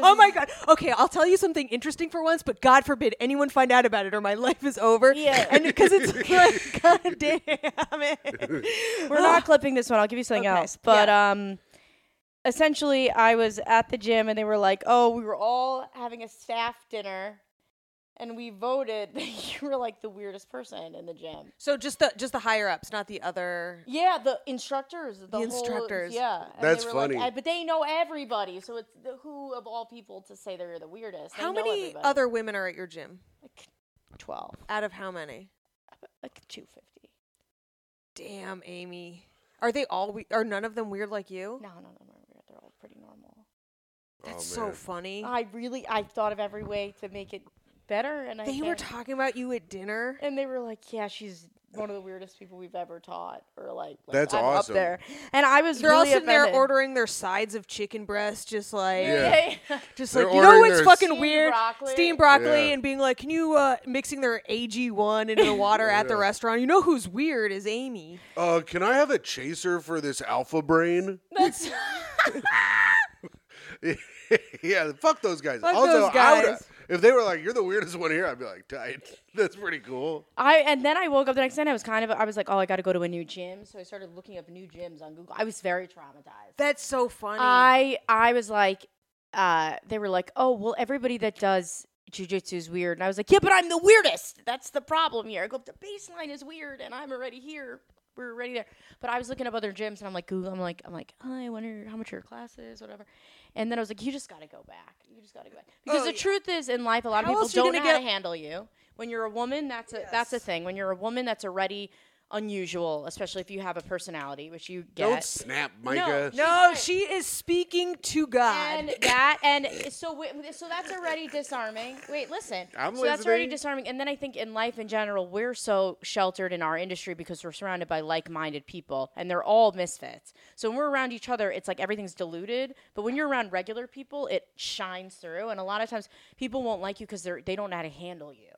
Speaker 2: Oh my God. Okay, I'll tell you something interesting for once, but God forbid anyone find out about it or my *laughs* life is over.
Speaker 3: Yeah.
Speaker 2: And because it's *laughs* like, God damn it.
Speaker 3: *laughs* we're not clipping this one. I'll give you something
Speaker 2: Okay.
Speaker 3: else. But um, essentially, I was at the gym and they were like, "Oh, we were all having a staff dinner." And we voted that *laughs* you were like the weirdest person in the gym.
Speaker 2: So just the just the higher ups, not the other.
Speaker 3: Yeah, the instructors, the, whole-
Speaker 2: instructors.
Speaker 3: yeah, and
Speaker 1: That's
Speaker 3: they were
Speaker 1: funny.
Speaker 3: Like, "I- but they know everybody, so it's the, who of all people to say they're the weirdest. They
Speaker 2: How
Speaker 3: know
Speaker 2: many
Speaker 3: everybody.
Speaker 2: other women are at your gym?
Speaker 3: like twelve,
Speaker 2: Out of how many?
Speaker 3: like two fifty?
Speaker 2: Damn, Amy. Are they all? We- are none of them weird like you?
Speaker 3: No, no, no, no, weird. They're all pretty normal.
Speaker 2: That's
Speaker 1: Oh,
Speaker 2: so
Speaker 1: man.
Speaker 2: funny.
Speaker 3: I really, I thought of every way to make it better, and I
Speaker 2: they were
Speaker 3: can't.
Speaker 2: talking about you at dinner.
Speaker 3: and they were like, "Yeah, she's one of the weirdest people we've ever taught," or like, like,
Speaker 1: That's
Speaker 3: I'm
Speaker 1: awesome.
Speaker 3: up there. And I was
Speaker 2: They're all
Speaker 3: really
Speaker 2: sitting there
Speaker 3: offended.
Speaker 2: ordering their sides of chicken breast, just like
Speaker 1: Yeah.
Speaker 3: *laughs*
Speaker 2: Just
Speaker 1: They're
Speaker 2: like you know
Speaker 1: ordering
Speaker 2: what's
Speaker 1: their
Speaker 2: fucking
Speaker 3: steamed
Speaker 2: weird?
Speaker 3: broccoli.
Speaker 2: Steamed broccoli
Speaker 1: Yeah.
Speaker 2: and being like, can you uh mixing their AG one
Speaker 3: *laughs*
Speaker 2: into the water at the
Speaker 1: Yeah.
Speaker 2: restaurant? You know who's weird is Amy.
Speaker 1: Uh, can I have a chaser for this alpha brain? *laughs*
Speaker 3: That's *laughs*
Speaker 1: yeah, fuck those guys.
Speaker 2: Fuck
Speaker 1: also,
Speaker 2: those
Speaker 1: I would,
Speaker 2: guys.
Speaker 1: if they were like, "You're the weirdest one here," I'd be like, "Tight, *laughs* that's pretty cool."
Speaker 3: I. And then I woke up the next day, and I was kind of, I was like, "Oh, I got to go to a new gym," so I started looking up new gyms on Google. I was very traumatized.
Speaker 2: That's so funny.
Speaker 3: I I was like, uh, they were like, oh well, everybody that does jujitsu is weird, and I was like, yeah, but I'm the weirdest. That's the problem here. I go, the baseline is weird, and I'm already here. We're already there. But I was looking up other gyms, and I'm like, Google, I'm like, I'm like, I wonder how much your class is, whatever. And then I was like, you just got to go back. You just got to go back because
Speaker 2: Oh,
Speaker 3: the
Speaker 2: yeah.
Speaker 3: truth is, in life, a lot
Speaker 2: How
Speaker 3: of people
Speaker 2: else are you
Speaker 3: don't know
Speaker 2: gonna
Speaker 3: how
Speaker 2: get-
Speaker 3: to handle you. When you're a woman, that's a that's a thing. When you're a woman, that's already unusual, especially if you have a personality, which you get.
Speaker 1: Don't snap, Micah.
Speaker 2: no, she is speaking to God.
Speaker 3: and that and so wi- so that's already disarming. Wait, listen.
Speaker 1: I'm
Speaker 3: so that's already
Speaker 1: listening.
Speaker 3: disarming. And then I think in life in general, we're so sheltered in our industry because we're surrounded by like-minded people, and they're all misfits. So when we're around each other, it's like everything's diluted. But when you're around regular people, it shines through. And a lot of times, people won't like you because they're they don't know how to handle you.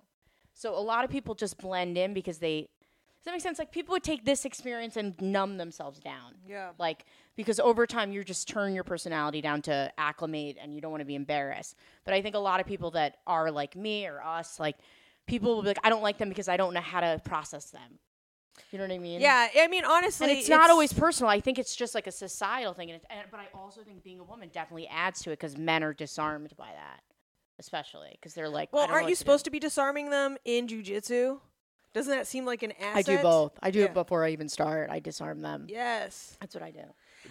Speaker 3: So a lot of people just blend in because they. Does that make sense? Like people would take this experience and numb themselves down.
Speaker 2: Yeah.
Speaker 3: Like because over time you just turn your personality down to acclimate and you don't want to be embarrassed. But I think a lot of people that are like me or us, like people will be like, I don't like them because I don't know how to process them. You know what I mean?
Speaker 2: yeah, I mean honestly
Speaker 3: And it's, not always personal. I think it's just like a societal thing. And, it, and but I also think being a woman definitely adds to it because men are disarmed by that, especially because they're like,
Speaker 2: Well, aren't you supposed to be disarming them in jujitsu? Doesn't that seem like an asset?
Speaker 3: I do both. I do
Speaker 2: Yeah.
Speaker 3: it before I even start. I disarm them.
Speaker 2: Yes.
Speaker 3: That's what I do.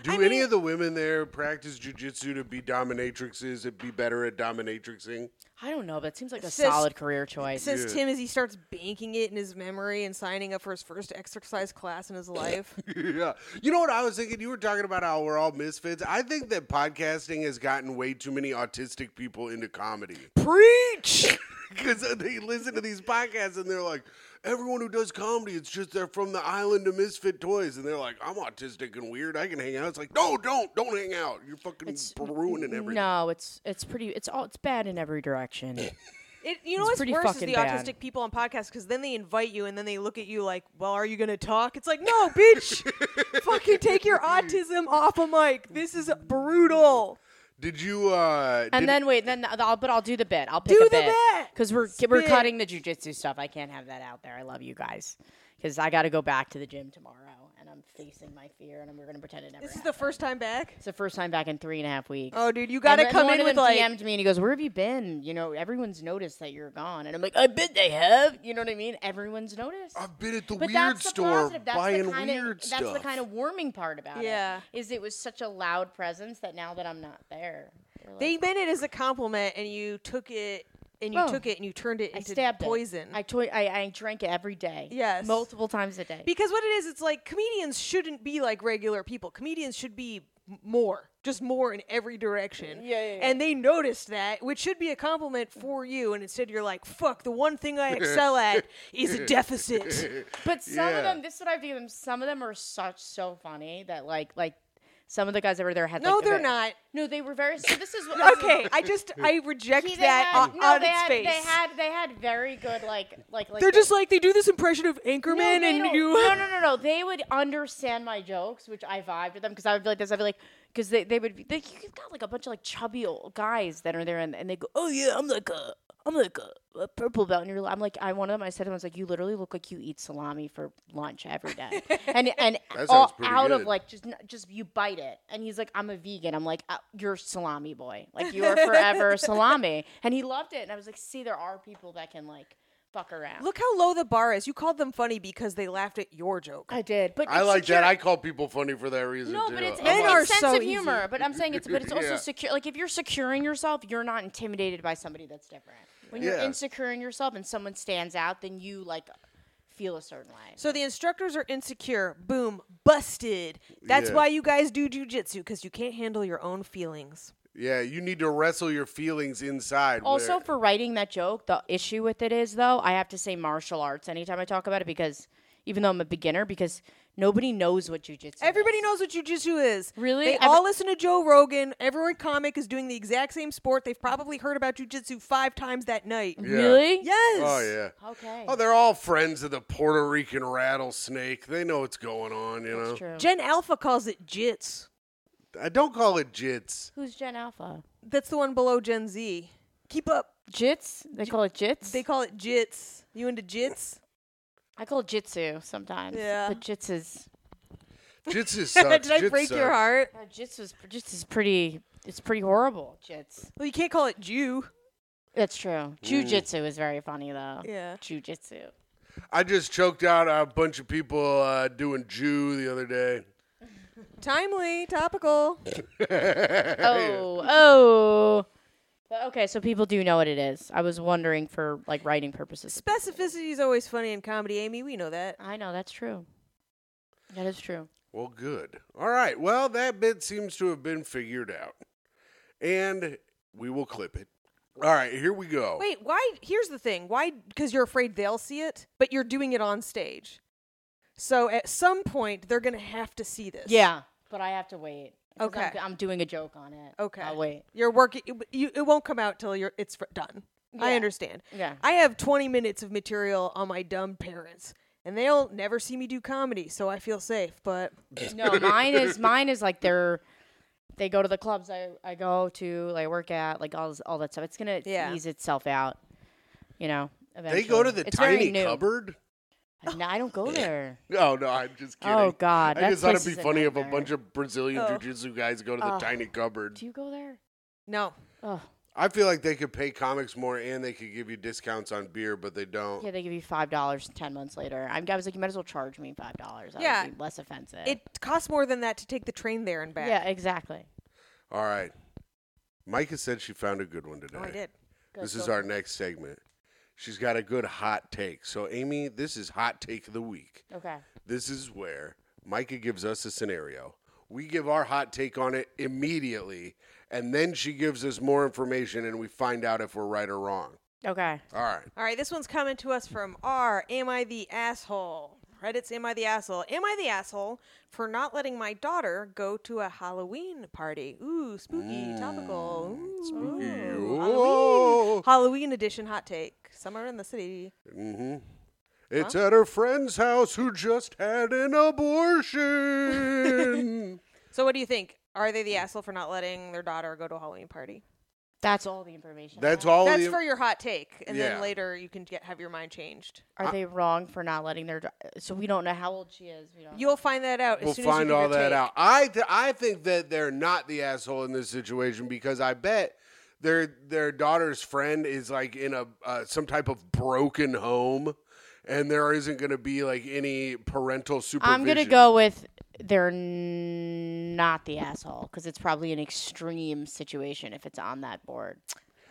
Speaker 1: Do
Speaker 2: I
Speaker 1: any
Speaker 2: mean-
Speaker 1: of the women there practice jujitsu to be dominatrixes and be better at dominatrixing? *laughs*
Speaker 3: I don't know, but it seems like a
Speaker 2: Sis-
Speaker 3: solid career choice.
Speaker 2: Says Tim as he starts banking it in his memory and signing up for his first exercise class in his life.
Speaker 1: yeah. You know what I was thinking? You were talking about how we're all misfits. I think that podcasting has gotten way too many autistic people into comedy
Speaker 2: *laughs* Preach!
Speaker 1: because *laughs* they listen to these podcasts and they're like, everyone who does comedy, it's just they're from the island of misfit toys, and they're like, I'm autistic and weird. I can hang out. It's like, no, don't, don't hang out. You're fucking ruining everything.
Speaker 3: No, it's it's pretty. It's all it's bad in every direction.
Speaker 2: It, you know
Speaker 3: It's
Speaker 2: what's
Speaker 3: pretty
Speaker 2: worse is
Speaker 3: fucking
Speaker 2: the
Speaker 3: bad.
Speaker 2: autistic people on podcasts because then they invite you and then they look at you like, "Well, are you going to talk?" It's like, "No, bitch, fucking take your autism off a mic. This is brutal."
Speaker 1: Did you? uh
Speaker 3: And
Speaker 1: did-
Speaker 3: then wait, then I'll but I'll do the bit. I'll pick
Speaker 2: Do
Speaker 3: a
Speaker 2: the
Speaker 3: bit
Speaker 2: bit!
Speaker 3: because we're we're
Speaker 2: Spit.
Speaker 3: cutting the jujitsu stuff. I can't have that out there. I love you guys because I got to go back to the gym tomorrow, and I'm facing my fear, and we're gonna pretend it never.
Speaker 2: This is the first time back.
Speaker 3: It's the first time back in three and a half weeks.
Speaker 2: Oh, dude, you gotta
Speaker 3: And then
Speaker 2: come
Speaker 3: one
Speaker 2: in
Speaker 3: of
Speaker 2: with
Speaker 3: them
Speaker 2: like.
Speaker 3: DM'd me and he goes, "Where have you been? You know, everyone's noticed that you're gone." And I'm like, "I bet they have." You know what I mean? Everyone's noticed.
Speaker 1: I've been at the
Speaker 3: but
Speaker 1: weird
Speaker 3: that's the
Speaker 1: store
Speaker 3: positive. That's
Speaker 1: buying
Speaker 3: the kinda,
Speaker 1: weird
Speaker 3: that's
Speaker 1: stuff.
Speaker 3: the kind of warming part about
Speaker 2: Yeah.
Speaker 3: it. Is it was such a loud presence that now that I'm not there, we're like,
Speaker 2: They meant it as a compliment, and you took it, and you
Speaker 3: Oh.
Speaker 2: took it, and you turned it
Speaker 3: I
Speaker 2: into
Speaker 3: stabbed it.
Speaker 2: poison.
Speaker 3: I, toy- I I drank it every day.
Speaker 2: Yes.
Speaker 3: multiple times a day.
Speaker 2: Because what it is, it's like comedians shouldn't be like regular people. Comedians should be m- more, just more in every direction.
Speaker 3: Yeah, yeah, yeah.
Speaker 2: And they noticed that, which should be a compliment for you. And instead, you're like, "Fuck, the one thing I
Speaker 3: *laughs*
Speaker 2: excel at is a deficit."
Speaker 3: But some
Speaker 1: Yeah.
Speaker 3: of them, this is what I've given them. Some of them are such so funny that like like some of the guys over there had.
Speaker 2: No,
Speaker 3: like, a
Speaker 2: they're
Speaker 3: very- *laughs*
Speaker 2: not.
Speaker 3: No, they were very. So this is *laughs* what
Speaker 2: okay, I just I reject
Speaker 3: He- they
Speaker 2: that
Speaker 3: had-
Speaker 2: on,
Speaker 3: no,
Speaker 2: on
Speaker 3: they
Speaker 2: its
Speaker 3: had,
Speaker 2: face.
Speaker 3: They had they had very good like like like.
Speaker 2: They're
Speaker 3: they-
Speaker 2: just like they do this impression of
Speaker 3: no,
Speaker 2: Anchorman,
Speaker 3: they
Speaker 2: and
Speaker 3: don't-
Speaker 2: you. *laughs*
Speaker 3: *laughs* No, no, no, no. They would understand my jokes, which I vibed with them because I would be like this. I'd be like, because they, they would be. They, you've got like a bunch of like chubby old guys that are there, and, and they go, "Oh yeah, I'm like a, I'm like a, a purple belt." And you're, I'm like, I one of them. I said to him, I was like, "You literally look like you eat salami for lunch every *laughs* day," and and
Speaker 1: That sounds
Speaker 3: all
Speaker 1: pretty
Speaker 3: out
Speaker 1: good.
Speaker 3: of like just n- just you bite it, and he's like, "I'm a vegan." I'm like, "Uh, "You're salami boy, like you are *laughs* forever salami," and he loved it. And I was like, "See, there are people that can like." Fuck around.
Speaker 2: Look how low the bar is. You called them funny because they laughed at your joke.
Speaker 3: I did, but
Speaker 1: I
Speaker 3: it's
Speaker 1: like that.
Speaker 3: secure-
Speaker 1: I call people funny for that reason
Speaker 3: No,
Speaker 1: too.
Speaker 3: but it's,
Speaker 1: I'm
Speaker 3: it's
Speaker 2: Men
Speaker 1: like,
Speaker 2: are
Speaker 3: a sense
Speaker 2: so
Speaker 3: of
Speaker 2: easy.
Speaker 3: humor. But I'm saying it's but it's also
Speaker 1: Yeah.
Speaker 3: secure. Like if you're securing yourself, you're not intimidated by somebody that's different. When you're
Speaker 1: Yeah.
Speaker 3: insecure in yourself and someone stands out, then you like feel a certain way.
Speaker 2: So the instructors are insecure. Boom, busted. That's
Speaker 1: Yeah.
Speaker 2: why you guys do jujitsu because you can't handle your own feelings.
Speaker 1: yeah, you need to wrestle your feelings inside.
Speaker 3: also
Speaker 1: where-
Speaker 3: for writing that joke, the issue with it is though I have to say martial arts anytime I talk about it because even though I'm a beginner, because nobody knows what jujitsu.
Speaker 2: Everybody
Speaker 3: is.
Speaker 2: knows what jujitsu is.
Speaker 3: Really?
Speaker 2: They
Speaker 3: Every-
Speaker 2: all listen to Joe Rogan. Everyone comic is doing the exact same sport. They've probably heard about jujitsu five times that night.
Speaker 1: Yeah.
Speaker 3: Really?
Speaker 2: Yes.
Speaker 1: Oh yeah.
Speaker 3: Okay.
Speaker 1: Oh, they're all friends of the Puerto Rican rattlesnake. They know what's going on. You know.
Speaker 3: That's true.
Speaker 2: Gen Alpha calls it jits.
Speaker 1: I don't call it jits.
Speaker 3: Who's Gen Alpha?
Speaker 2: That's the one below Gen Z. Keep up.
Speaker 3: Jits? They call it jits.
Speaker 2: They call it jits. You into jits?
Speaker 3: I call it jitsu sometimes.
Speaker 2: Yeah.
Speaker 3: But jits is *laughs*
Speaker 1: Jits is sucks.
Speaker 2: *laughs* Did I
Speaker 1: Jits
Speaker 2: break
Speaker 1: sucks.
Speaker 2: your heart?
Speaker 3: No, Uh, Jits was Jits is pretty. It's pretty horrible. Jits.
Speaker 2: Well, you can't call it Jew.
Speaker 3: That's true. Jujitsu is very funny though.
Speaker 2: Yeah.
Speaker 3: Jujitsu.
Speaker 1: I just choked out a bunch of people uh, doing Jew the other day.
Speaker 2: Timely, topical.
Speaker 3: Oh, oh. But okay, so people do know what it is. I was wondering for like writing purposes.
Speaker 2: Specificity is always funny in comedy, Amy. We know that.
Speaker 3: I know that's true. That is true.
Speaker 1: Well, good. All right. Well, that bit seems to have been figured out. And we will clip it. All right, here we
Speaker 3: Oh.
Speaker 1: go.
Speaker 2: Wait, why? Here's the thing. Why? Because you're afraid they'll see it, but you're doing it on stage. So at some point, they're going to have to see this.
Speaker 3: Yeah, but I have to wait. 'cause
Speaker 2: Okay.
Speaker 3: I'm, I'm doing a joke on it.
Speaker 2: Okay.
Speaker 3: I'll wait.
Speaker 2: You're working. You, you- it won't come out till you're, it's fr- done. I
Speaker 3: Yeah.
Speaker 2: understand.
Speaker 3: Yeah.
Speaker 2: I have 20 minutes of material on my dumb parents, and they'll never see me do comedy, so I feel safe. But
Speaker 1: *laughs*
Speaker 3: No, mine is mine is like they're they go to the clubs I, I go to, like work at, like all this, all that stuff. It's gonna
Speaker 2: Yeah.
Speaker 3: ease itself out, you know.
Speaker 1: they
Speaker 3: Eventually.
Speaker 1: go to the
Speaker 3: It's very
Speaker 1: tiny
Speaker 3: new.
Speaker 1: cupboard?
Speaker 3: No, I
Speaker 1: *laughs*
Speaker 3: don't go there.
Speaker 1: No, no, I'm just kidding.
Speaker 3: Oh, God,
Speaker 1: I
Speaker 3: that
Speaker 1: just thought it'd
Speaker 3: place
Speaker 1: be
Speaker 3: is a
Speaker 1: funny if a
Speaker 3: nightmare.
Speaker 1: bunch of Brazilian
Speaker 2: Oh.
Speaker 1: jiu-jitsu guys go to the
Speaker 3: Oh.
Speaker 1: tiny cupboard.
Speaker 3: Do you go there?
Speaker 2: no.
Speaker 3: Oh,
Speaker 1: I feel like they could pay comics more and they could give you discounts on beer, but they don't.
Speaker 3: yeah, they give you five dollars ten months later. I'm, I was like, you might as well charge me five dollars.
Speaker 2: Yeah.
Speaker 3: Yeah, be less offensive.
Speaker 2: It costs more than that to take the train there and back.
Speaker 3: yeah, exactly.
Speaker 1: All right. Micah said she found a good one today.
Speaker 2: Oh, I did.
Speaker 1: This is our next segment. She's got a good hot take. So, Amy, this is hot take of the week.
Speaker 3: Okay.
Speaker 1: This is where Micah gives us a scenario. We give our hot take on it immediately, and then she gives us more information and we find out if we're right or wrong.
Speaker 3: Okay.
Speaker 1: All right.
Speaker 2: All right, this one's coming to us from R. Am I the asshole? Reddit's Am I the asshole? Am I the asshole for not letting my daughter go to a Halloween party? Ooh, spooky, topical. Ooh,
Speaker 1: Hmm, Spooky.
Speaker 2: Halloween.
Speaker 1: Oh.
Speaker 2: Halloween edition hot take. Summer in the city.
Speaker 1: It's at her friend's house who just had an abortion.
Speaker 2: *laughs* So, what do you think? Are they the asshole for not letting their daughter go to a Halloween party?
Speaker 3: That's all the information. I
Speaker 1: That's
Speaker 3: have.
Speaker 1: all.
Speaker 2: That's
Speaker 1: the,
Speaker 2: for your hot take, and
Speaker 1: Yeah.
Speaker 2: then later you can get have your mind changed.
Speaker 3: Are they wrong for not letting their? dau- So we don't know how old she is. We don't.
Speaker 2: You'll find that out.
Speaker 1: we'll
Speaker 2: as soon as you
Speaker 1: find
Speaker 2: give
Speaker 1: all
Speaker 2: your
Speaker 1: that
Speaker 2: take.
Speaker 1: out. I th- I think that they're not the asshole in this situation because I bet their their daughter's friend is like in a uh, some type of broken home, and there isn't going to be like any parental supervision.
Speaker 3: I'm gonna go with they're n- not the asshole because it's probably an extreme situation if it's on that board.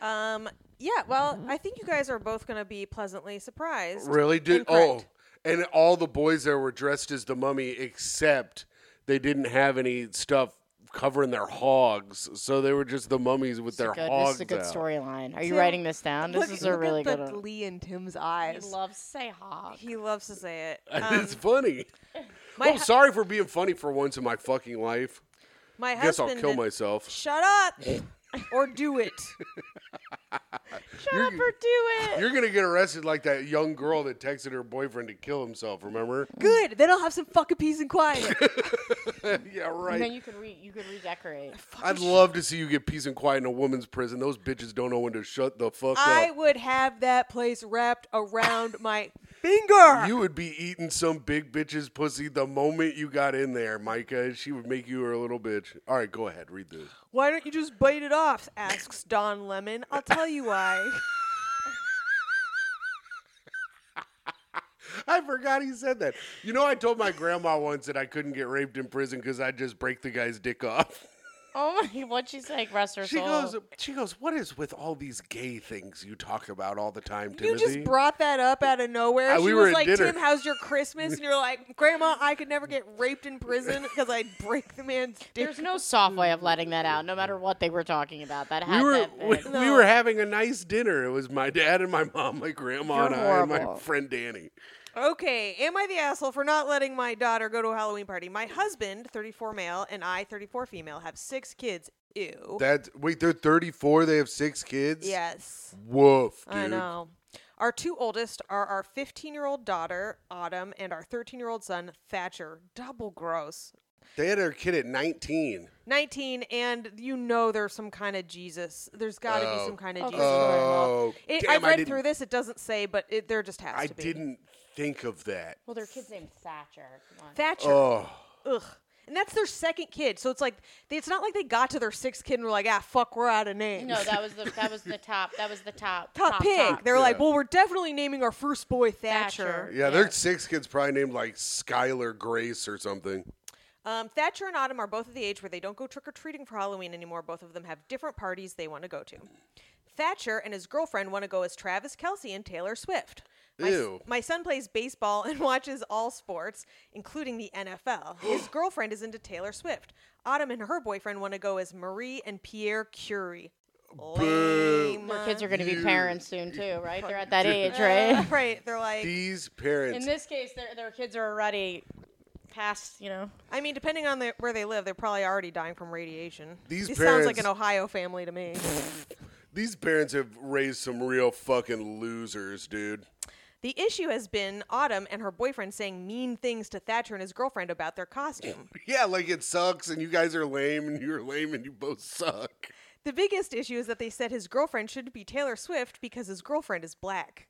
Speaker 2: Um, yeah. Well, I think you guys are both going to be pleasantly surprised.
Speaker 1: Really? Did oh,
Speaker 2: Incorrect.
Speaker 1: and all the boys there were dressed as the mummy, except they didn't have any stuff covering their hogs, so they were just the mummies with their
Speaker 3: Good.
Speaker 1: hogs.
Speaker 3: This is a good
Speaker 1: out.
Speaker 3: storyline. Are you
Speaker 2: Tim,
Speaker 3: writing this down? This
Speaker 2: Look-
Speaker 3: is a
Speaker 2: look at
Speaker 3: really
Speaker 2: the
Speaker 3: good one.
Speaker 2: Lee and Tim's
Speaker 3: I
Speaker 2: eyes.
Speaker 3: love say hog.
Speaker 2: he loves to say it.
Speaker 1: *laughs* it's
Speaker 3: Um,
Speaker 1: funny.
Speaker 2: My,
Speaker 1: I'm sorry for being funny for once in my fucking life.
Speaker 2: my
Speaker 1: Guess I'll
Speaker 2: husband.
Speaker 1: kill myself.
Speaker 2: Shut
Speaker 1: *laughs*
Speaker 2: up, or do it.
Speaker 3: Shut up or do it.
Speaker 1: You're gonna get arrested like that young girl that texted her boyfriend to kill himself. Remember?
Speaker 2: Good. Then I'll have some fucking peace and
Speaker 1: *laughs*
Speaker 2: quiet.
Speaker 1: yeah,
Speaker 3: And then
Speaker 1: right.
Speaker 3: you could re- you could
Speaker 1: *laughs*
Speaker 3: redecorate. *laughs*
Speaker 1: I'd love to see you get peace and quiet in a woman's prison. Those bitches don't know when to shut the fuck
Speaker 2: I
Speaker 1: up.
Speaker 2: would have that place wrapped around my finger.
Speaker 1: You would be eating some big bitch's pussy the moment you got in there, Micah. She would make you her little bitch. All right, go ahead, read this.
Speaker 2: Why don't you just bite it off? asks Don Lemon. I'll tell you why.
Speaker 1: I forgot he said that. You know, I told my grandma once that I couldn't get raped in prison because I'd just break the guy's dick off.
Speaker 3: Oh my! What'd she say? Rest her
Speaker 1: She
Speaker 3: soul.
Speaker 1: goes. *laughs* She goes. What is with all these gay things you talk about all the time,
Speaker 2: You
Speaker 1: Timothy?
Speaker 2: just brought that up out of nowhere.
Speaker 1: Uh,
Speaker 2: she
Speaker 1: we were
Speaker 2: was
Speaker 1: at
Speaker 2: like,
Speaker 1: dinner.
Speaker 2: Tim, how's your Christmas? And you're like, Grandma, I could never get raped in prison because I'd break the man's dick.
Speaker 3: There's no soft way of letting
Speaker 1: *laughs*
Speaker 3: that out, no matter what they were talking about. That had
Speaker 1: we were *laughs*
Speaker 3: that
Speaker 1: we,
Speaker 3: been.
Speaker 1: we were having a nice dinner. It was my dad and my mom, my grandma and
Speaker 3: You're
Speaker 1: I, and my
Speaker 3: horrible.
Speaker 1: friend Danny.
Speaker 2: Okay, am I the asshole for not letting my daughter go to a Halloween party? My husband, 34 male, and I, 34 female, have six kids. Ew.
Speaker 1: That wait, they're 34. They have six kids.
Speaker 2: yes.
Speaker 1: Woof, dude.
Speaker 2: I know. Our two oldest are our 15 year old daughter, Autumn, and our 13 year old son, Thatcher. Double gross.
Speaker 1: They had their kid at 19.
Speaker 2: 19, and you know there's some kind of Jesus. There's got to
Speaker 1: Oh.
Speaker 2: be some kind of
Speaker 3: Okay.
Speaker 2: Jesus. involved.
Speaker 1: Oh,
Speaker 2: it,
Speaker 1: damn,
Speaker 2: I've
Speaker 1: I
Speaker 2: read
Speaker 1: didn't-
Speaker 2: through this. It doesn't say, but it, there just has
Speaker 1: I
Speaker 2: to be.
Speaker 1: didn't think of that.
Speaker 3: well, their kid's named Thatcher. Come on.
Speaker 2: Thatcher.
Speaker 1: Oh,
Speaker 2: Ugh. And that's their second kid. So it's like, they, it's not like they got to their sixth kid and were like, ah, fuck, we're out of names.
Speaker 3: No, that was the that was the top. That was
Speaker 1: *laughs*
Speaker 3: the top.
Speaker 2: Top, pig. They're like,
Speaker 1: Yeah.
Speaker 2: well, we're definitely naming our first boy Thatcher.
Speaker 3: Thatcher.
Speaker 1: yeah, their six kids probably named like Skylar Grace or something.
Speaker 2: Um, Thatcher and Autumn are both at the age where they don't go trick or treating for Halloween anymore. Both of them have different parties they want to go to. Thatcher and his girlfriend want to go as Travis Kelsey and Taylor Swift. My, s-
Speaker 1: Ew.
Speaker 2: my son plays baseball and *laughs* watches all sports, including the
Speaker 1: *gasps*
Speaker 2: NFL. His girlfriend is into Taylor Swift. Autumn and her boyfriend want to go as Marie and Pierre Curie. Lame.
Speaker 3: Their kids are going to be
Speaker 1: You-
Speaker 3: parents soon too, right? They're at that age,
Speaker 2: Uh,
Speaker 3: *laughs*
Speaker 2: *laughs*
Speaker 3: right?
Speaker 2: right. They're like,
Speaker 1: These
Speaker 3: In
Speaker 1: parents.
Speaker 3: this case, their their kids are already past. You know,
Speaker 2: I mean, depending on the, where they live, they're probably already dying from radiation.
Speaker 1: These
Speaker 2: this sounds like
Speaker 1: parents-
Speaker 2: an Ohio family to me.
Speaker 1: These parents have raised some real fucking losers, dude. *laughs*
Speaker 2: The issue has been Autumn and her boyfriend saying mean things to Thatcher and his girlfriend about their costume.
Speaker 1: Yeah, like it sucks, and you guys are lame, and you're lame, and you both suck.
Speaker 2: the biggest issue is that they said his girlfriend should be Taylor Swift because his girlfriend
Speaker 1: *laughs*
Speaker 2: is black.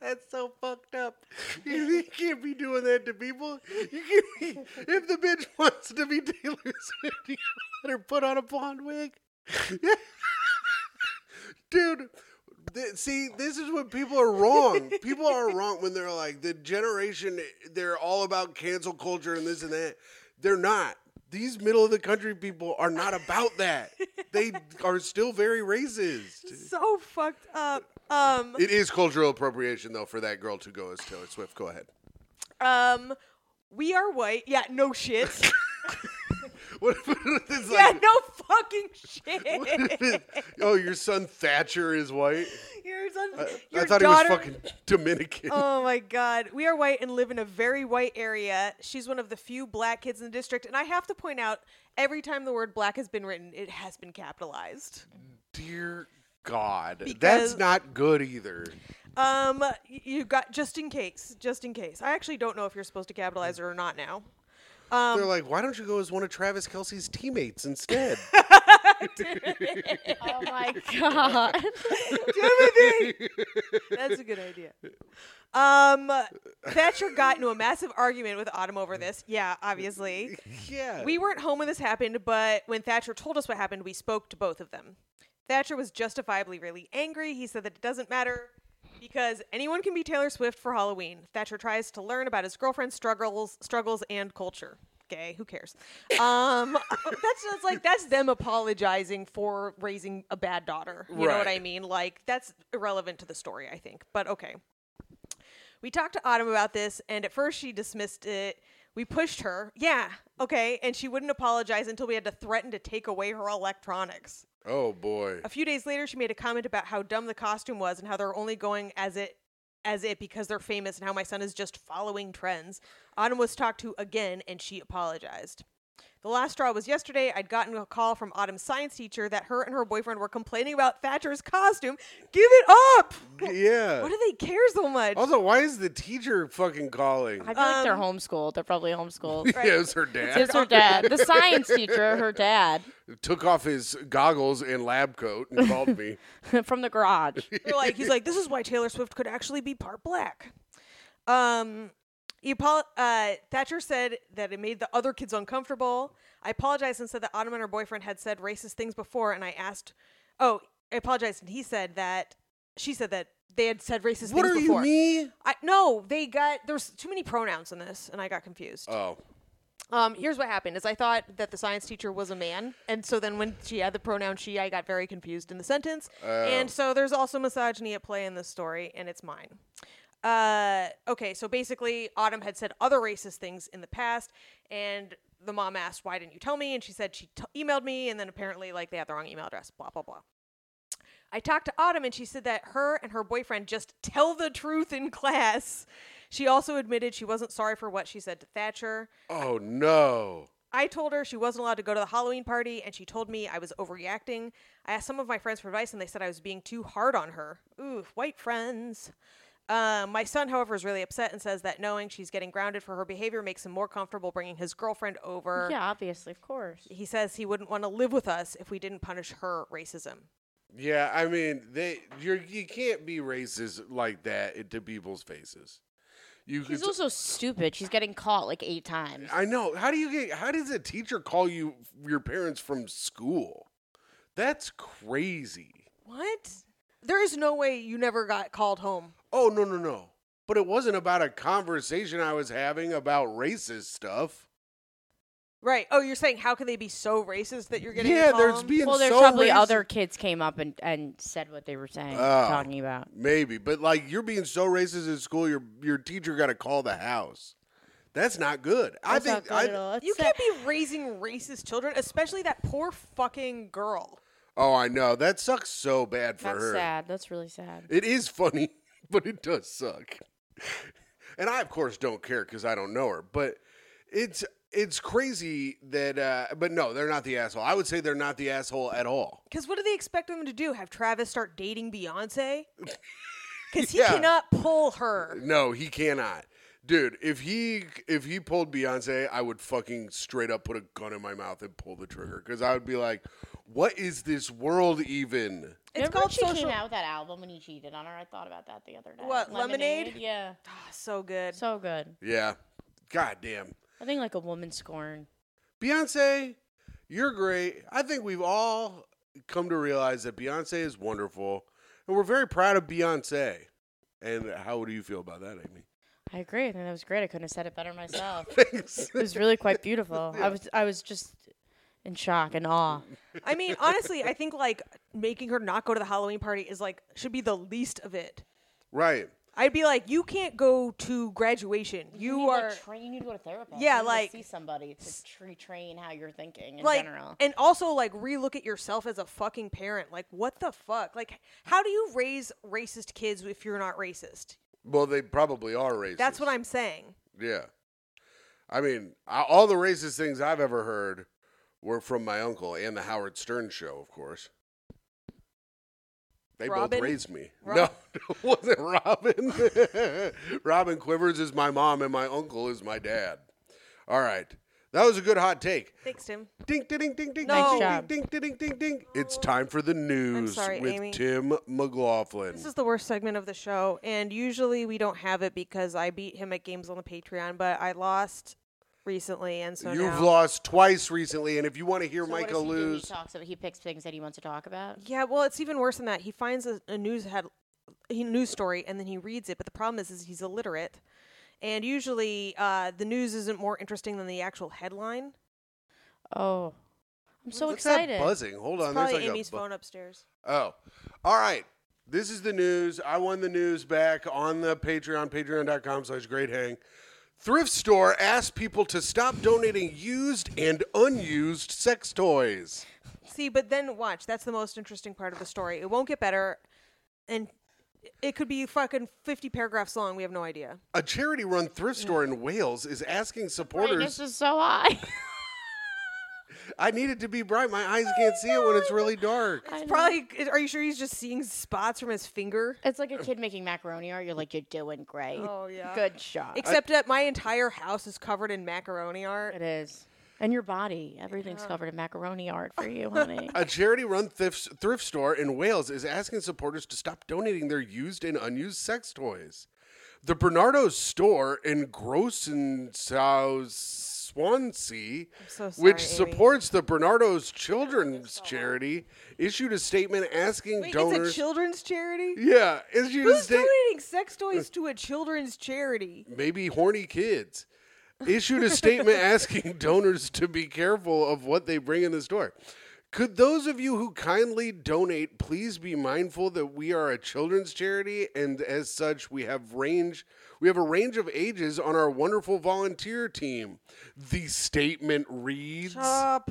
Speaker 1: That's so fucked up. *laughs* You, you can't be doing that to people. You can't be, if the bitch wants to be Taylor Swift, *laughs* you gotta let her put on a blonde wig. *laughs* Dude, th- see, this is when people are wrong. people are wrong when they're like, the generation, they're all about cancel culture and this and that. They're not. These middle of the country people are not about that. They are still very racist.
Speaker 2: So fucked up. Um,
Speaker 1: It is cultural appropriation, though, for that girl to go as Taylor Swift. Go ahead. *laughs*
Speaker 2: um, we are white. Yeah, no
Speaker 1: *laughs*
Speaker 2: shit. *laughs*
Speaker 1: What if it's
Speaker 2: yeah,
Speaker 1: like,
Speaker 2: no fucking shit.
Speaker 1: oh, your son Thatcher is white?
Speaker 2: your son, your
Speaker 1: I thought
Speaker 2: daughter.
Speaker 1: he was fucking Dominican.
Speaker 2: Oh my God. We are white and live in a very white area. She's one of the few black kids in the district. And I have to point out every time the word black has been written, it has been capitalized.
Speaker 1: Dear God.
Speaker 2: Because-
Speaker 1: That's not good either.
Speaker 2: Um, y- you got just in case, just in case. I actually don't know if you're supposed to capitalize it or not now. Um,
Speaker 1: They're like, why don't you go as one of Travis Kelsey's teammates
Speaker 2: *laughs*
Speaker 1: instead?
Speaker 3: Oh my god.
Speaker 2: Timothy! That's a good idea. Um, Thatcher got into a massive argument with Autumn over this. Yeah, obviously.
Speaker 1: yeah.
Speaker 2: We weren't home when this happened, but when Thatcher told us what happened, we spoke to both of them. Thatcher was justifiably really angry. He said that it doesn't matter because anyone can be Taylor Swift for Halloween. Thatcher tries to learn about his girlfriend's struggles, struggles and culture. Gay, who cares? Um, *laughs* that's just like that's them apologizing for raising a bad daughter. You know what
Speaker 1: Right.
Speaker 2: I mean? Like that's irrelevant to the story, I think. But okay. We talked to Autumn about this, and at first she dismissed it. We pushed her, yeah, okay, and she wouldn't apologize until we had to threaten to take away her electronics.
Speaker 1: oh boy.
Speaker 2: A few days later, she made a comment about how dumb the costume was and how they're only going as it as it because they're famous and how my son is just following trends. Autumn was talked to again, and she apologized. The last straw was yesterday. I'd gotten a call from Autumn's science teacher that her and her boyfriend were complaining about Thatcher's costume. Give it up!
Speaker 1: Yeah.
Speaker 2: What do they care so much?
Speaker 1: also, why is the teacher fucking *laughs* calling?
Speaker 3: I feel like they're homeschooled. They're probably homeschooled.
Speaker 1: yeah, it was her dad.
Speaker 3: It's her dad. The science teacher, her dad, *laughs*
Speaker 1: Took off his goggles and lab coat and called
Speaker 2: *laughs*
Speaker 1: me.
Speaker 3: from the garage.
Speaker 2: They're like, he's like, this is why Taylor Swift could actually be part black. Um, he apo- uh, Thatcher said that it made the other kids uncomfortable. I apologized and said that Autumn and her boyfriend had said racist things before, and I asked, oh, I apologized, and he said that she said that they had said racist
Speaker 1: What
Speaker 2: things
Speaker 1: are you,
Speaker 2: before.
Speaker 1: me?
Speaker 2: I, no, they got there's too many pronouns in this, and I got confused.
Speaker 1: Oh.
Speaker 2: Um, here's what happened: is I thought that the science teacher was a man, and so then when she had the pronoun she, I got very confused in the sentence, and so there's also misogyny at play in this story, and it's mine. Uh, okay, so basically, Autumn had said other racist things in the past, and the mom asked, "Why didn't you tell me?" And she said she t- emailed me, and then apparently, like they had the wrong email address. Blah blah blah. I talked to Autumn and she said that her and her boyfriend just tell the truth in class. She also admitted she wasn't sorry for what she said to Thatcher.
Speaker 1: Oh no.
Speaker 2: I told her she wasn't allowed to go to the Halloween party, and she told me I was overreacting. I asked some of my friends for advice, and they said I was being too hard on her. Ooh, white friends. Uh, my son, however, is really upset and says that knowing she's getting grounded for her behavior makes him more comfortable bringing his girlfriend over.
Speaker 3: Yeah, obviously, of course.
Speaker 2: He says he wouldn't want to live with us if we didn't punish her racism.
Speaker 1: Yeah, I mean, they you're you can't be racist like that into people's faces. You
Speaker 3: She's
Speaker 1: could-
Speaker 3: also stupid. She's getting caught like eight times.
Speaker 1: I know. How do you get? How does a teacher call you your parents from school? That's crazy.
Speaker 2: What? There is no way you never got called home.
Speaker 1: Oh no no no! But it wasn't about a conversation I was having about racist stuff.
Speaker 2: Right. Oh, you're saying how can they be so racist that you're getting
Speaker 1: yeah,
Speaker 2: called
Speaker 1: there's
Speaker 2: home?
Speaker 1: being
Speaker 3: Well, there's
Speaker 1: so
Speaker 3: probably
Speaker 1: racist-
Speaker 3: other kids came up and, and said what they were saying,
Speaker 1: Oh.
Speaker 3: talking about.
Speaker 1: maybe, but like you're being so racist at school, your your teacher got to call the house. That's not good. I
Speaker 3: That's
Speaker 1: think
Speaker 3: not good
Speaker 1: I,
Speaker 3: at all. That's
Speaker 2: You
Speaker 3: sad.
Speaker 2: can't be raising racist children, especially that poor fucking girl.
Speaker 1: Oh, I know. That sucks so bad for
Speaker 3: That's
Speaker 1: her.
Speaker 3: sad. That's really sad.
Speaker 1: It is funny, *laughs* but it does suck. And I, of course, don't care because I don't know her. But it's it's crazy that. Uh, but no, they're not the asshole. I would say they're not the asshole at all.
Speaker 2: Because what do they expect them to do? Have Travis start dating
Speaker 3: *laughs*
Speaker 2: Beyonce? Because he
Speaker 1: Yeah.
Speaker 2: cannot pull her.
Speaker 1: No, he cannot, dude. If he if he pulled Beyonce, I would fucking straight up put a gun in my mouth and pull the trigger because I would be like, "What is this world even?"
Speaker 2: It's
Speaker 3: Remember when
Speaker 2: called
Speaker 3: she
Speaker 2: social.
Speaker 3: came out with that album when he cheated on her? I thought about that the other day.
Speaker 2: What, Lemonade?
Speaker 3: Yeah.
Speaker 2: Ah, so good.
Speaker 3: So good.
Speaker 1: Yeah, goddamn,
Speaker 3: I think like a woman scorn.
Speaker 1: Beyonce, you're great. I think we've all come to realize that Beyonce is wonderful, and we're very proud of Beyonce. And how do you feel about that, Amy? *laughs*
Speaker 3: I agree. I think that was great. I couldn't have said it
Speaker 2: *laughs*
Speaker 3: better myself.
Speaker 1: Thanks.
Speaker 3: it was really quite beautiful. I was I was just in shock and awe.
Speaker 2: I mean, honestly, I think like making her not go to the Halloween party is like should be the least of it.
Speaker 1: right.
Speaker 2: I'd be like, you can't go to graduation. You,
Speaker 3: need, like,
Speaker 2: are
Speaker 3: train. You need to go to therapy.
Speaker 2: Yeah,
Speaker 3: you need to
Speaker 2: like-
Speaker 3: see somebody to retrain how you're thinking in
Speaker 2: like
Speaker 3: general.
Speaker 2: and also like relook at yourself as a fucking parent like what the fuck like how do you raise racist kids if you're not racist
Speaker 1: Well, they probably are racist.
Speaker 2: that's what i'm saying
Speaker 1: Yeah. I mean, I, all the racist things I've ever heard were from my uncle and the Howard Stern show, of course. They both
Speaker 2: Robin?
Speaker 1: raised me.
Speaker 2: Rob-
Speaker 1: No, *laughs* was it Robin? *laughs* Robin Quivers is my mom, and my uncle is my dad. All right, that was a good hot take.
Speaker 2: Thanks, Tim.
Speaker 1: Ding, ding, ding, ding, ding,
Speaker 2: Nice
Speaker 1: ding,
Speaker 3: job.
Speaker 1: ding, ding, ding, ding, ding. It's time for the news
Speaker 2: sorry,
Speaker 1: with
Speaker 2: Amy.
Speaker 1: Tim McLaughlin.
Speaker 2: This is the worst segment of the show, and usually we don't have it because I beat him at games on the Patreon, but I lost recently, and so
Speaker 1: You've
Speaker 2: now.
Speaker 1: lost twice recently, and if you want to hear
Speaker 3: So what
Speaker 1: Micah
Speaker 3: does he do? He
Speaker 1: lose,
Speaker 3: talks about- He picks things that he wants to talk about.
Speaker 2: Yeah, well, it's even worse than that. He finds a, a news head, he news story, and then he reads it. But the problem is, is he's illiterate, and usually uh, the news isn't more interesting than the actual headline.
Speaker 3: Oh, I'm so
Speaker 1: what's
Speaker 3: excited.
Speaker 1: that buzzing? Hold on,
Speaker 2: it's
Speaker 1: there's
Speaker 2: probably
Speaker 1: like
Speaker 2: Amy's
Speaker 1: a bu-
Speaker 2: phone upstairs.
Speaker 1: Oh, all right. This is the news. I won the news back on the Patreon, patreon.com slash great hang. Thrift store asked people to stop donating used and unused sex toys.
Speaker 2: See, but then watch. That's the most interesting part of the story. It won't get better, and it could be fucking fifty paragraphs long. We have no idea.
Speaker 1: A charity run thrift store in Wales is asking
Speaker 3: Right,
Speaker 1: supporters.
Speaker 3: this is so high. *laughs*
Speaker 1: I need it to be bright. My eyes can't see it when it's really dark.
Speaker 3: I know.
Speaker 2: Probably. Are you sure he's just seeing spots from his finger?
Speaker 3: It's like a kid making macaroni art. You're like, you're doing great.
Speaker 2: Oh, yeah.
Speaker 3: Good shot.
Speaker 2: Except that my entire house is covered in macaroni art.
Speaker 3: it is. And your body, everything's covered in macaroni art for you,
Speaker 2: *laughs*
Speaker 3: honey.
Speaker 1: A charity run thrift, thrift store in Wales is asking supporters to stop donating their used and unused sex toys. The Bernardo's store in Grossensow, Swansea,
Speaker 2: so sorry,
Speaker 1: which
Speaker 2: Amy.
Speaker 1: supports the Bernardo's Children's Charity, issued a statement asking
Speaker 2: Wait,
Speaker 1: donors.
Speaker 2: it's a children's charity.
Speaker 1: yeah, issued a
Speaker 2: Who's
Speaker 1: statement.
Speaker 2: donating sex
Speaker 3: Uh,
Speaker 2: toys to a children's charity?
Speaker 1: maybe horny kids issued a statement asking donors to be careful of what they bring in the store. Could those of you who kindly donate please be mindful that we are a children's charity and as such we have range we have a range of ages on our wonderful volunteer team. The statement reads
Speaker 2: Up.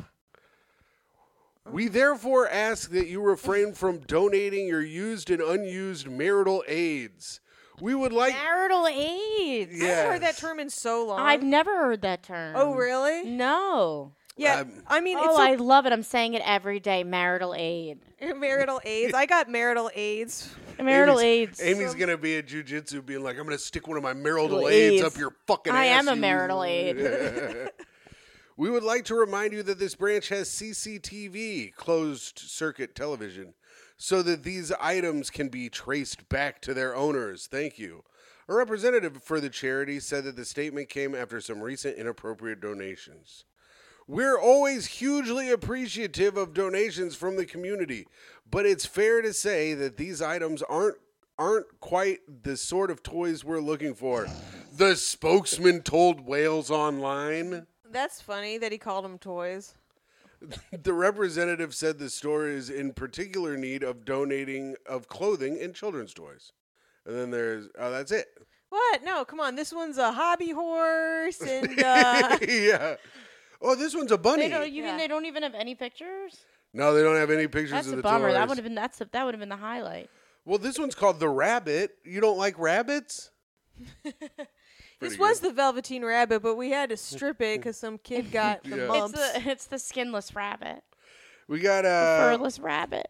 Speaker 1: we therefore ask that you refrain from donating your used and unused marital aids. We would like
Speaker 3: Marital aids.
Speaker 2: I haven't heard that
Speaker 1: Yes.
Speaker 2: term in so long.
Speaker 3: I've never Mm. heard that term.
Speaker 2: oh, really?
Speaker 3: No.
Speaker 2: Yeah.
Speaker 1: I'm-
Speaker 2: I mean,
Speaker 3: Oh, I love it. I'm saying it every day. Marital aid.
Speaker 2: it's so, *laughs* marital aids. I got marital aids.
Speaker 1: *laughs*
Speaker 3: Marital
Speaker 1: Amy's,
Speaker 3: aids.
Speaker 1: Amy's gonna be at jujitsu, being like, "I'm gonna stick one of my marital
Speaker 3: Well,
Speaker 1: aids
Speaker 3: aids.
Speaker 1: up your fucking."
Speaker 3: I
Speaker 1: ass,
Speaker 3: am a
Speaker 1: you." *laughs*
Speaker 3: marital aid.
Speaker 1: We would like to remind you that this branch has CCTV, closed circuit television, so that these items can be traced back to their owners. Thank you. A representative for the charity said that the statement came after some recent inappropriate donations. We're always hugely appreciative of donations from the community, but it's fair to say that these items aren't aren't quite the sort of toys we're looking for. The spokesman told Wales Online.
Speaker 2: That's funny that he called them toys.
Speaker 1: The representative said the store is in particular need of donating of clothing and children's toys. And then there's oh that's
Speaker 3: *laughs*
Speaker 1: it. *laughs*
Speaker 2: What? No, come on. This one's a hobby horse,
Speaker 3: *laughs*
Speaker 2: and uh,
Speaker 1: yeah. Oh, this one's a bunny.
Speaker 3: they don't, you
Speaker 2: Yeah.
Speaker 3: mean they don't even have any pictures?
Speaker 1: no, they don't have any pictures
Speaker 3: That's
Speaker 1: of
Speaker 3: a
Speaker 1: the
Speaker 3: bummer.
Speaker 1: toys.
Speaker 3: That would have been that's a, that would have been the highlight.
Speaker 1: well, this one's called the rabbit. You don't like rabbits?
Speaker 2: this
Speaker 1: Pretty
Speaker 2: was
Speaker 1: good.
Speaker 2: the Velveteen Rabbit, but we had to strip
Speaker 3: *laughs*
Speaker 2: it because some kid got the
Speaker 1: Yeah. It's
Speaker 2: mumps.
Speaker 3: It's the it's the skinless rabbit,
Speaker 1: we got uh
Speaker 3: furless rabbit,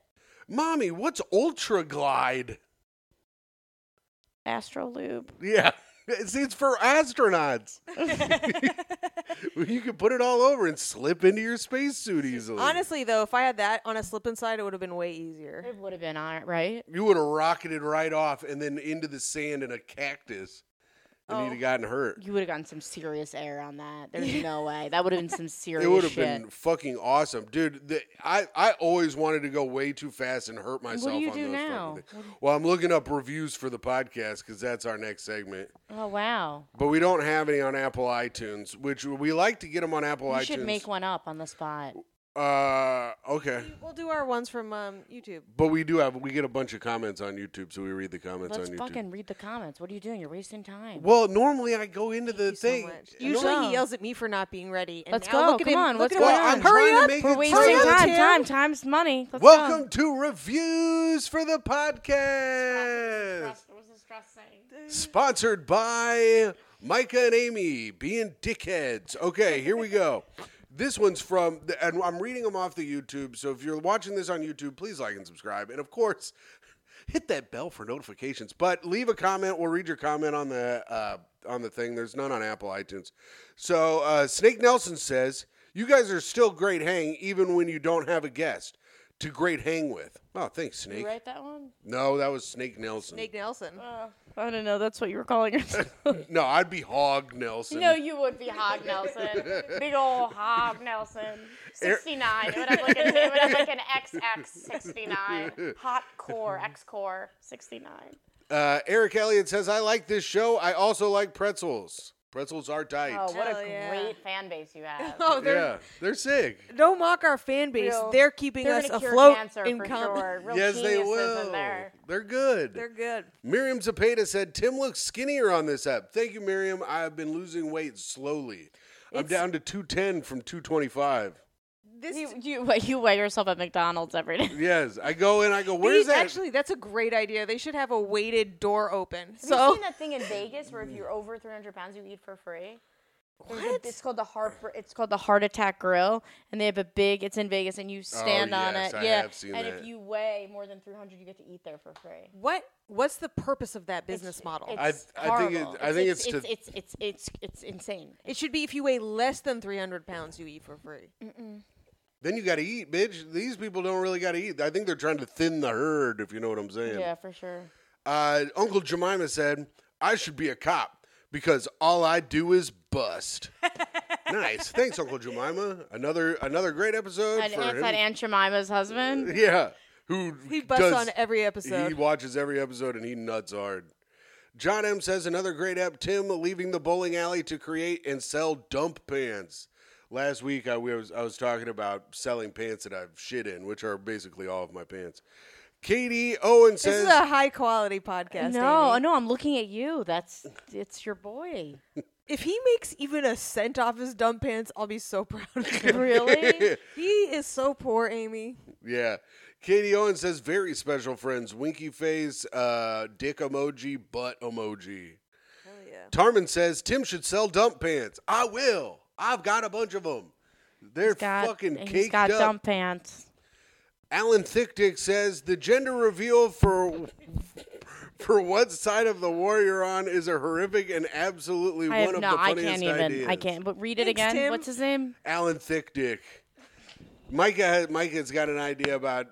Speaker 1: Mommy, what's Ultra Glide?
Speaker 3: astral lube.
Speaker 1: Yeah. *laughs* It's, it's for
Speaker 3: *laughs*
Speaker 1: astronauts. *laughs* you can put it all over and slip into your spacesuit easily.
Speaker 2: Honestly, though, if I had that on a slip and slide, it would have been way easier.
Speaker 3: It would have been all right, right?
Speaker 1: You would have rocketed right off and then into the sand and a cactus. And you'd
Speaker 2: Oh.
Speaker 1: have gotten hurt.
Speaker 3: You would have gotten some serious air on that. There's
Speaker 1: *laughs*
Speaker 3: no way. That would have been some serious
Speaker 1: It would have
Speaker 3: shit.
Speaker 1: been fucking awesome, dude. The, I I always wanted to go way too fast and hurt
Speaker 3: do
Speaker 1: myself.
Speaker 3: you
Speaker 1: on
Speaker 3: do
Speaker 1: those fucking
Speaker 3: now?
Speaker 1: things. Well, I'm looking up reviews for the podcast because that's our next segment.
Speaker 3: oh wow.
Speaker 1: But we don't have any on Apple iTunes, which we like to get them on Apple
Speaker 3: You
Speaker 1: iTunes.
Speaker 3: should make one up on the spot.
Speaker 1: Uh, okay.
Speaker 2: We'll do our ones from um, YouTube.
Speaker 1: But we do have we get a bunch of comments on YouTube, so we read the comments
Speaker 3: Let's
Speaker 1: on YouTube.
Speaker 3: fucking read the comments. What are you doing? You're wasting time.
Speaker 1: well, normally I go into the
Speaker 2: you so
Speaker 1: thing.
Speaker 2: much.
Speaker 1: Normally-
Speaker 2: Usually he
Speaker 3: No.
Speaker 2: yells at me for not being ready. And
Speaker 3: Let's
Speaker 2: now
Speaker 3: go.
Speaker 2: Look at
Speaker 3: Come
Speaker 2: him.
Speaker 3: on.
Speaker 2: Look
Speaker 3: What's
Speaker 2: at
Speaker 3: going
Speaker 2: him.
Speaker 3: on?
Speaker 2: Hurry
Speaker 1: trying
Speaker 2: up.
Speaker 1: to make
Speaker 3: We're
Speaker 1: it
Speaker 3: wasting
Speaker 1: sound-
Speaker 3: time.
Speaker 2: Tim.
Speaker 3: Time. Time's money. Let's
Speaker 1: Welcome
Speaker 3: Go.
Speaker 1: to reviews for the podcast, sponsored by Micah and Amy being dickheads. Okay, here we go. This one's from, the, and I'm reading them off the YouTube. So if you're watching this on YouTube, please like and subscribe. And of course, *laughs* hit that bell for notifications. But leave a comment. We'll read your comment on the uh, on the thing. There's none on Apple iTunes. So uh, Snake Nelson says, "You guys are still great hang, even when you don't have a guest to great hang with." Oh, thanks, Snake.
Speaker 3: You write that one?
Speaker 1: No, that was Snake Nelson.
Speaker 2: Nate Nelson.
Speaker 3: Uh, I don't know. That's what you were calling yourself.
Speaker 1: No, I'd be Hog Nelson.
Speaker 3: no, you would be Hog Nelson.
Speaker 2: *laughs*
Speaker 3: Big old Hog Nelson. 69. It would have like, a, it would have like an
Speaker 2: *laughs*
Speaker 3: XX69. Hot core, X core, 69.
Speaker 1: Uh, Eric Elliott says, "I like this show. I also like pretzels. Pretzels are tight."
Speaker 3: Oh, what
Speaker 2: Hell
Speaker 3: a
Speaker 2: yeah.
Speaker 3: great fan base you have.
Speaker 2: oh, they're,
Speaker 1: yeah, they're sick.
Speaker 2: don't mock our fan base. *laughs*
Speaker 3: Real-
Speaker 2: They're keeping
Speaker 3: They're
Speaker 2: us
Speaker 3: gonna cure
Speaker 2: afloat
Speaker 3: cancer
Speaker 2: in
Speaker 3: for
Speaker 2: com-
Speaker 3: sure. Real
Speaker 1: yes, they
Speaker 3: geniuses
Speaker 1: will.
Speaker 3: In there.
Speaker 1: They're good.
Speaker 2: *laughs* They're good.
Speaker 1: Miriam Zapata said, Tim looks skinnier on this app. Thank you, Miriam. I've been losing weight slowly. I'm
Speaker 2: It's-
Speaker 1: down to 210 from 225.
Speaker 2: This
Speaker 3: You, you, wait, you weigh yourself at McDonald's every day.
Speaker 1: Yes. I go in, I go, where's
Speaker 2: these-
Speaker 1: that?
Speaker 2: Actually, that's a great idea. They should have a weighted door open.
Speaker 3: Have you
Speaker 2: so
Speaker 3: seen that thing in Vegas where if
Speaker 1: *laughs*
Speaker 3: you're over 300 pounds, you eat for free? There's
Speaker 2: What?
Speaker 3: A, it's called the heart. It's called the Heart Attack Grill, and they have a big. It's in Vegas, and you stand on
Speaker 1: Oh, yes,
Speaker 3: it.
Speaker 1: I
Speaker 3: yeah,
Speaker 1: have seen
Speaker 3: and if
Speaker 1: that.
Speaker 3: you weigh more than 300, you get to eat there for free.
Speaker 2: what? What's the purpose of that business model?
Speaker 1: I-
Speaker 3: It's
Speaker 1: I think it-
Speaker 3: horrible.
Speaker 1: I think it's
Speaker 3: it's
Speaker 1: to-
Speaker 3: it's, it's it's it's insane.
Speaker 2: it should be if you weigh less than 300 pounds, you eat for free.
Speaker 1: then you got to eat, bitch. These people don't really got to eat. I think they're trying to thin the herd, if you know what I'm saying.
Speaker 3: Yeah, for sure.
Speaker 1: Uh, Uncle Jemima said, I should be a cop because all I do is
Speaker 2: *laughs*
Speaker 1: bust. nice. Thanks, Uncle Jemima. Another another great episode.
Speaker 3: And
Speaker 1: for
Speaker 3: it's
Speaker 1: him. *laughs*
Speaker 3: that Aunt Jemima's husband.
Speaker 1: Yeah. Who
Speaker 2: He busts
Speaker 1: does-
Speaker 2: on every
Speaker 1: He
Speaker 2: episode.
Speaker 1: watches every episode and he nuts hard. John M says another great app, Tim leaving the bowling alley to create and sell dump pants. Last week I was I was talking about selling pants that I've shit in, which are basically all of my pants. Katie Owen
Speaker 2: this
Speaker 1: says
Speaker 2: is a high quality podcast.
Speaker 3: No,
Speaker 2: Amy.
Speaker 3: no, I'm looking at you. That's it's your
Speaker 1: *laughs*
Speaker 3: boy.
Speaker 2: If he makes even a cent off his dumb pants, I'll be so *laughs* proud of
Speaker 1: *laughs*
Speaker 2: him.
Speaker 3: Really?
Speaker 2: he is so poor, Amy.
Speaker 1: Yeah. Katie Owen says very special friends, winky face, uh, dick emoji, butt emoji.
Speaker 2: Hell yeah.
Speaker 1: Tarman says Tim should sell dump pants. I will. I've got a bunch of them. They're fucking
Speaker 3: he's
Speaker 1: caked
Speaker 3: got
Speaker 1: up.
Speaker 3: dumb pants.
Speaker 1: Alan Thickdick says the gender reveal for for what side of the war you're on is a horrific and absolutely
Speaker 3: I
Speaker 1: one
Speaker 3: have
Speaker 1: of
Speaker 3: no.
Speaker 1: the
Speaker 3: I
Speaker 1: funniest
Speaker 3: can't even.
Speaker 1: ideas.
Speaker 3: I can't. But read it
Speaker 2: Thanks,
Speaker 3: again.
Speaker 2: Tim.
Speaker 3: What's his name?
Speaker 1: Alan Thickdick. Micah, Micah's got an idea about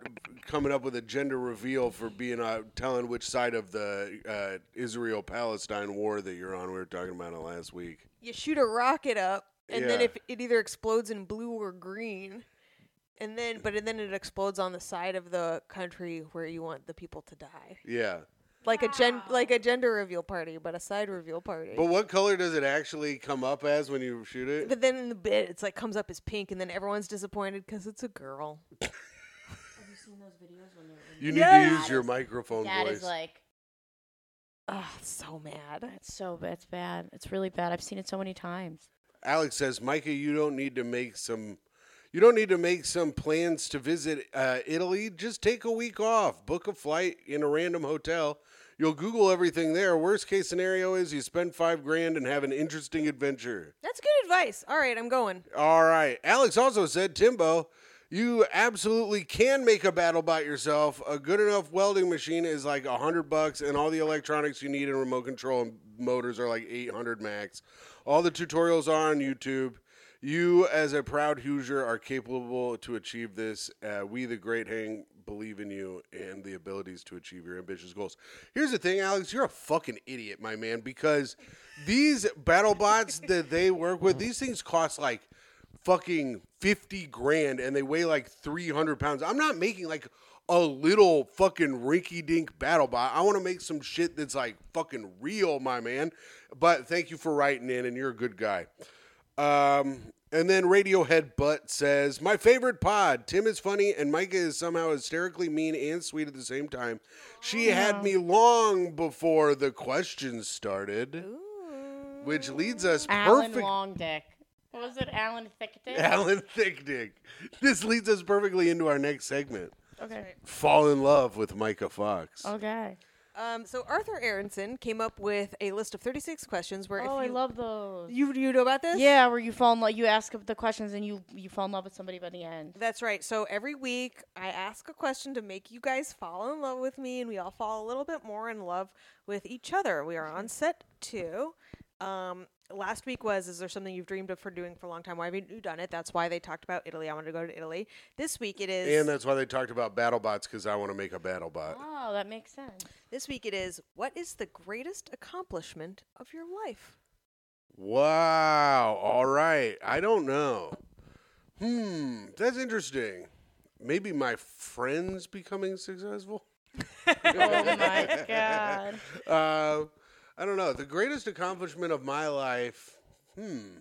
Speaker 1: coming up with a gender reveal for being uh, telling which side of the uh, Israel Palestine war that you're on. We were talking about it last week.
Speaker 2: You shoot a rocket up, and then
Speaker 1: Yeah.
Speaker 2: if it either explodes in blue or green, and then but then it explodes on the side of the country where you want the people to die,
Speaker 1: Yeah.
Speaker 2: like a gen like a gender reveal party, but a side reveal party.
Speaker 1: But what color does it actually come up as when you shoot it?
Speaker 2: But then in the bit, it's like comes up as pink, and then everyone's disappointed because it's a girl.
Speaker 1: You need
Speaker 2: Yes!
Speaker 1: to use your microphone
Speaker 3: That
Speaker 1: voice.
Speaker 3: is like
Speaker 2: Ah, so mad.
Speaker 3: it's so bad. It's bad. It's really bad. I've seen it so many times.
Speaker 1: Alex says, Micah, you don't need to make some. You don't need to make some plans to visit uh, Italy. Just take a week off, book a flight in a random hotel. You'll Google everything there. Worst case scenario is you spend five grand and have an interesting adventure.
Speaker 2: That's good advice. All right, I'm going.
Speaker 1: All right. Alex also said, Timbo, you absolutely can make a battle bot yourself. A good enough welding machine is like a hundred bucks, and all the electronics you need and remote control and motors are like eight hundred max. All the tutorials are on YouTube. You, as a proud Hoosier, are capable to achieve this. Uh, we, the Great Hang, believe in you and the abilities to achieve your ambitious goals. Here's the thing, Alex, you're a fucking idiot, my man, because these battle bots that they work with, these things cost like fucking 50 grand and they weigh like 300 pounds. I'm not making like a little fucking rinky dink battle bot. I want to make some shit that's like fucking real, my man. But thank you for writing in and you're a good guy. Um, and then Radiohead Butt says, My favorite pod. Tim is funny and Micah is somehow hysterically mean and sweet at the same time. She had me long before the questions started. Which leads us
Speaker 3: Alan
Speaker 1: perfect.
Speaker 3: Longdick. Was it Alan
Speaker 1: *laughs*
Speaker 3: Thickdick?
Speaker 1: Alan Thickdick. This leads us perfectly into our next segment.
Speaker 3: Okay. Oh,
Speaker 1: Fall in love with Micah Fox.
Speaker 3: Okay.
Speaker 2: Um, so Arthur Aronson came up with a list of 36 questions where
Speaker 3: oh,
Speaker 2: if
Speaker 3: I
Speaker 2: you,
Speaker 3: love those.
Speaker 2: you you know about this?
Speaker 3: yeah, where you fall in love. You ask the questions and you you fall in love with somebody by the end.
Speaker 2: That's right. So every week I ask a question to make you guys fall in love with me, and we all fall a little bit more in love with each other. We are
Speaker 3: Mm-hmm.
Speaker 2: on set two. Um, last week was Is there something you've dreamed of for doing for a long time? Why haven't you done it? That's why they talked about Italy. I wanted to go to Italy. This week it is.
Speaker 1: And that's why they talked about battle bots because I want to make a battle bot.
Speaker 3: Oh, that makes
Speaker 1: *laughs*
Speaker 3: sense.
Speaker 2: This week it is What is the greatest accomplishment of your life?
Speaker 1: Wow. All right. I don't know. Hmm. That's interesting. Maybe my friends becoming successful.
Speaker 3: Oh my god.
Speaker 1: Uh, I don't know. The greatest accomplishment of my life. Hmm.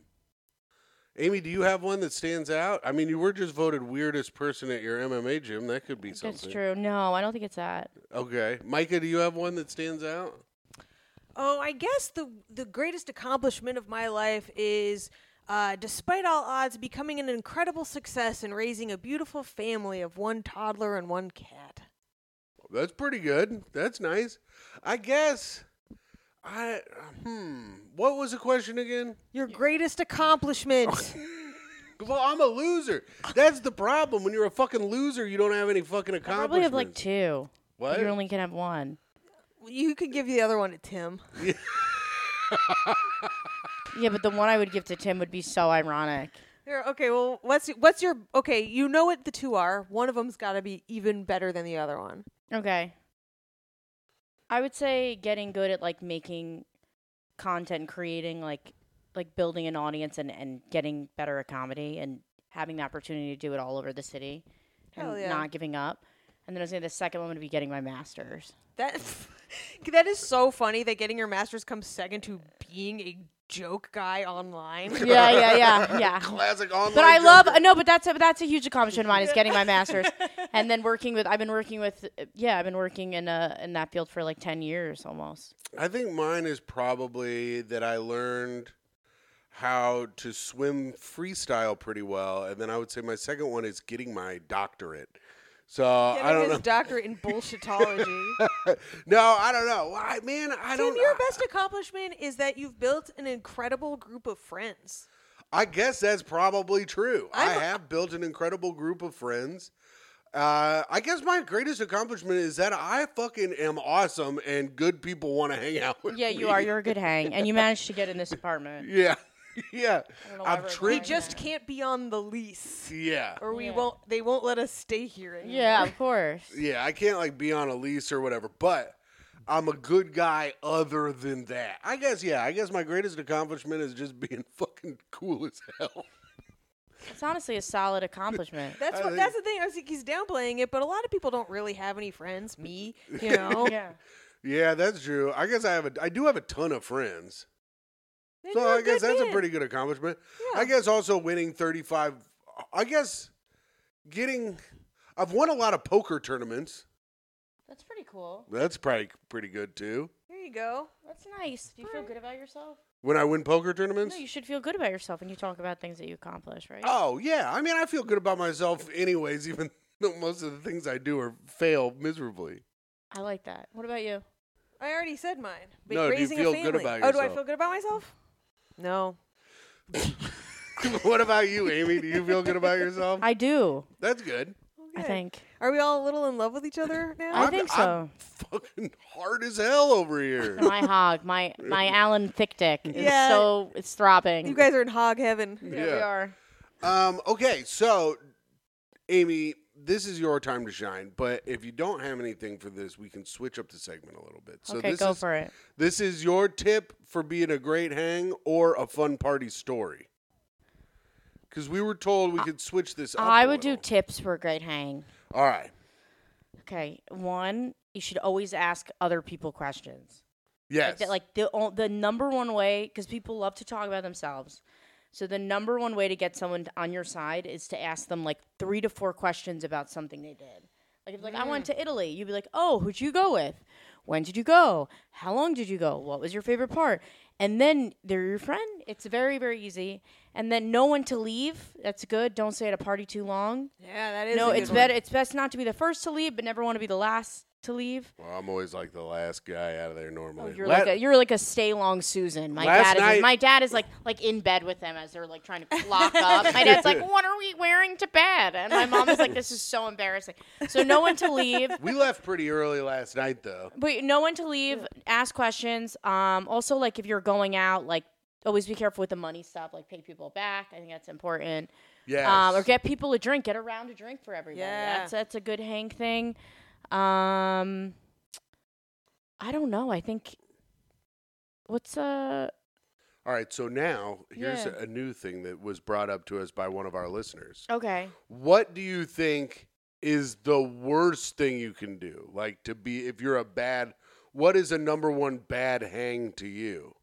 Speaker 1: Amy, do you have one that stands out? I mean, you were just voted weirdest person at your MMA gym. That could be something.
Speaker 3: *laughs* That's true. No, I don't think it's that.
Speaker 1: Okay, Micah, do you have one that stands out?
Speaker 2: Oh, I guess the the greatest accomplishment of my life is, uh, despite all odds, becoming an incredible success and raising a beautiful family of one toddler and one cat.
Speaker 1: That's pretty good. That's nice. I guess. I hmm. What was the question again?
Speaker 2: Your greatest
Speaker 1: *laughs*
Speaker 2: accomplishment.
Speaker 1: Well, I'm a loser. That's the problem. When you're a fucking loser, you don't have any fucking
Speaker 3: I
Speaker 1: accomplishments.
Speaker 3: probably have like two.
Speaker 1: What?
Speaker 3: You only can have one.
Speaker 2: you could give the other one to Tim.
Speaker 3: Yeah, but the one I would give to Tim would be so ironic.
Speaker 2: Here, okay, well, what's what's your okay? You know what the two are. One of them's got to be even better than the other one.
Speaker 3: Okay. I would say getting good at like making content, creating like like building an audience and and getting better at comedy and having the opportunity to do it all over the city and
Speaker 2: Hell yeah.
Speaker 3: not giving up. And then I was going to the second one would be getting my masters.
Speaker 2: That *laughs* that is so funny that getting your master's comes second to being a joke
Speaker 1: *laughs*
Speaker 2: guy online.
Speaker 3: *laughs* Yeah, yeah, yeah, *laughs* yeah.
Speaker 1: classic online.
Speaker 3: But I
Speaker 1: joke.
Speaker 3: love no, but that's a, that's a huge accomplishment of mine is getting my master's, and then working with I've been working with yeah I've been working in uh in that field for like ten years almost.
Speaker 1: I think mine is probably that I learned how to swim freestyle pretty well, and then I would say my second one is getting my doctorate. So I
Speaker 2: Getting
Speaker 1: don't
Speaker 2: his
Speaker 1: know.
Speaker 2: doctorate in bullshitology.
Speaker 1: *laughs* no, I don't know. Why, man? I
Speaker 2: Tim,
Speaker 1: don't.
Speaker 2: your best accomplishment is that you've built an incredible group of friends.
Speaker 1: I guess that's probably true. i
Speaker 2: I'm-
Speaker 1: have built an incredible group of friends. Uh, I guess my greatest accomplishment is that I fucking am awesome and good people want to hang out with
Speaker 3: Yeah,
Speaker 1: me.
Speaker 3: you are. You're a good hang, and you managed to get in this
Speaker 1: *laughs*
Speaker 3: apartment.
Speaker 1: Yeah, yeah.
Speaker 3: know why
Speaker 1: I've
Speaker 3: we're
Speaker 2: We
Speaker 1: treated.
Speaker 3: ignoring
Speaker 2: just can't be on the lease,
Speaker 1: Yeah.
Speaker 2: or we
Speaker 3: Yeah.
Speaker 2: won't. They won't let us stay here. Anymore.
Speaker 3: Yeah, of course.
Speaker 1: Yeah, I can't like be on a lease or whatever, but I'm a good guy other than that. I guess yeah, I guess my greatest accomplishment is just *laughs* being fucking cool as hell.
Speaker 3: *laughs* It's honestly a solid *laughs* accomplishment.
Speaker 2: That's
Speaker 1: I
Speaker 2: what.
Speaker 1: think-
Speaker 2: That's the thing. I was like, he's downplaying it, but a lot of people don't really have any friends. Me,
Speaker 1: *laughs*
Speaker 2: you know.
Speaker 3: yeah.
Speaker 1: Yeah, that's true. I guess I have a I do have a ton of friends.
Speaker 2: And
Speaker 1: So
Speaker 2: you're a
Speaker 1: I guess
Speaker 2: good
Speaker 1: that's a
Speaker 2: man.
Speaker 1: pretty good accomplishment.
Speaker 2: Yeah.
Speaker 1: I guess also winning 35 I guess getting I've won a lot of poker tournaments.
Speaker 3: That's pretty cool.
Speaker 1: That's probably pretty good too.
Speaker 2: There you go.
Speaker 3: That's nice. Do you feel good about yourself?
Speaker 1: When I win poker tournaments?
Speaker 3: No, you should feel good about yourself when you talk about things that you accomplish, right?
Speaker 1: Oh yeah, I mean I feel good about myself anyways, *laughs* even though most of the things I do are fail miserably. *laughs*
Speaker 3: I like that. What about you?
Speaker 2: I already said mine. But
Speaker 1: No, do you
Speaker 2: raising
Speaker 1: feel
Speaker 2: a
Speaker 1: good
Speaker 2: family.
Speaker 1: about
Speaker 2: Oh, do I
Speaker 1: yourself?
Speaker 2: feel good about myself? No.
Speaker 1: what about you, Amy? Do you feel good about
Speaker 2: *laughs*
Speaker 1: yourself?
Speaker 3: I do.
Speaker 1: That's good.
Speaker 3: I
Speaker 2: Okay.
Speaker 3: think.
Speaker 2: Are we all a little in love with each
Speaker 1: *coughs*
Speaker 2: other now?
Speaker 3: I think
Speaker 1: I'm
Speaker 3: so.
Speaker 1: fucking hard as hell over here.
Speaker 3: my hog, my *laughs* my Alan Thick Dick is
Speaker 2: Yeah.
Speaker 3: so it's throbbing.
Speaker 2: you guys are in hog heaven.
Speaker 3: yeah, we
Speaker 1: Yeah.
Speaker 3: are.
Speaker 1: Um, okay, so Amy, this is your time to shine, but if you don't have anything for this, we can switch up the segment a little bit. So
Speaker 3: okay,
Speaker 1: this
Speaker 3: go
Speaker 1: is
Speaker 3: for it.
Speaker 1: this is your tip for being a great hang or a fun party story. Cuz we were told we could switch this up.
Speaker 3: I
Speaker 1: a
Speaker 3: would do
Speaker 1: little.
Speaker 3: tips for a great hang.
Speaker 1: All right.
Speaker 3: Okay, one, you should always ask other people questions.
Speaker 1: Yes.
Speaker 3: That, like the o- the number one way, because people love to talk about themselves. So the number one way to get someone t- on your side is to ask them like three to four questions about something they did. Like if like I
Speaker 2: Mm.
Speaker 3: went to Italy, you'd be like, "Oh, who'd you go with? When did you go? How long did you go? What was your favorite part?" And then they're your friend. It's very very easy. And then know when to leave. That's good. Don't stay at a party too long.
Speaker 2: Yeah, that is.
Speaker 3: No,
Speaker 2: a good
Speaker 3: it's
Speaker 2: one.
Speaker 3: better. It's best not to be the first to leave, but never want to be the last to leave.
Speaker 1: Well, I'm always like the last guy out of there normally.
Speaker 3: Oh, You're
Speaker 1: La-
Speaker 3: like a, you're like a stay long Susan. My
Speaker 1: Last
Speaker 3: dad is
Speaker 1: night-
Speaker 3: my dad is like like in bed with them as they're like trying to lock up. My dad's like, "What are we wearing to bed?" And my mom is like, "This is so embarrassing." So no one to leave.
Speaker 1: we left pretty early last night though.
Speaker 3: But no one to leave. Ask questions. Um, also, like if you're going out, like always be careful with the money stuff. Like pay people back. I think that's important.
Speaker 1: Yes.
Speaker 3: Um, or get people a drink. Get a round of drink for everybody.
Speaker 2: Yeah.
Speaker 3: That's that's a good hang thing. Um, I don't know. I think what's uh
Speaker 1: All right, so now here's
Speaker 3: Yeah.
Speaker 1: a new thing that was brought up to us by one of our listeners.
Speaker 3: okay.
Speaker 1: What do you think is the worst thing you can do? Like to be if you're a bad what is a number one bad hang to you?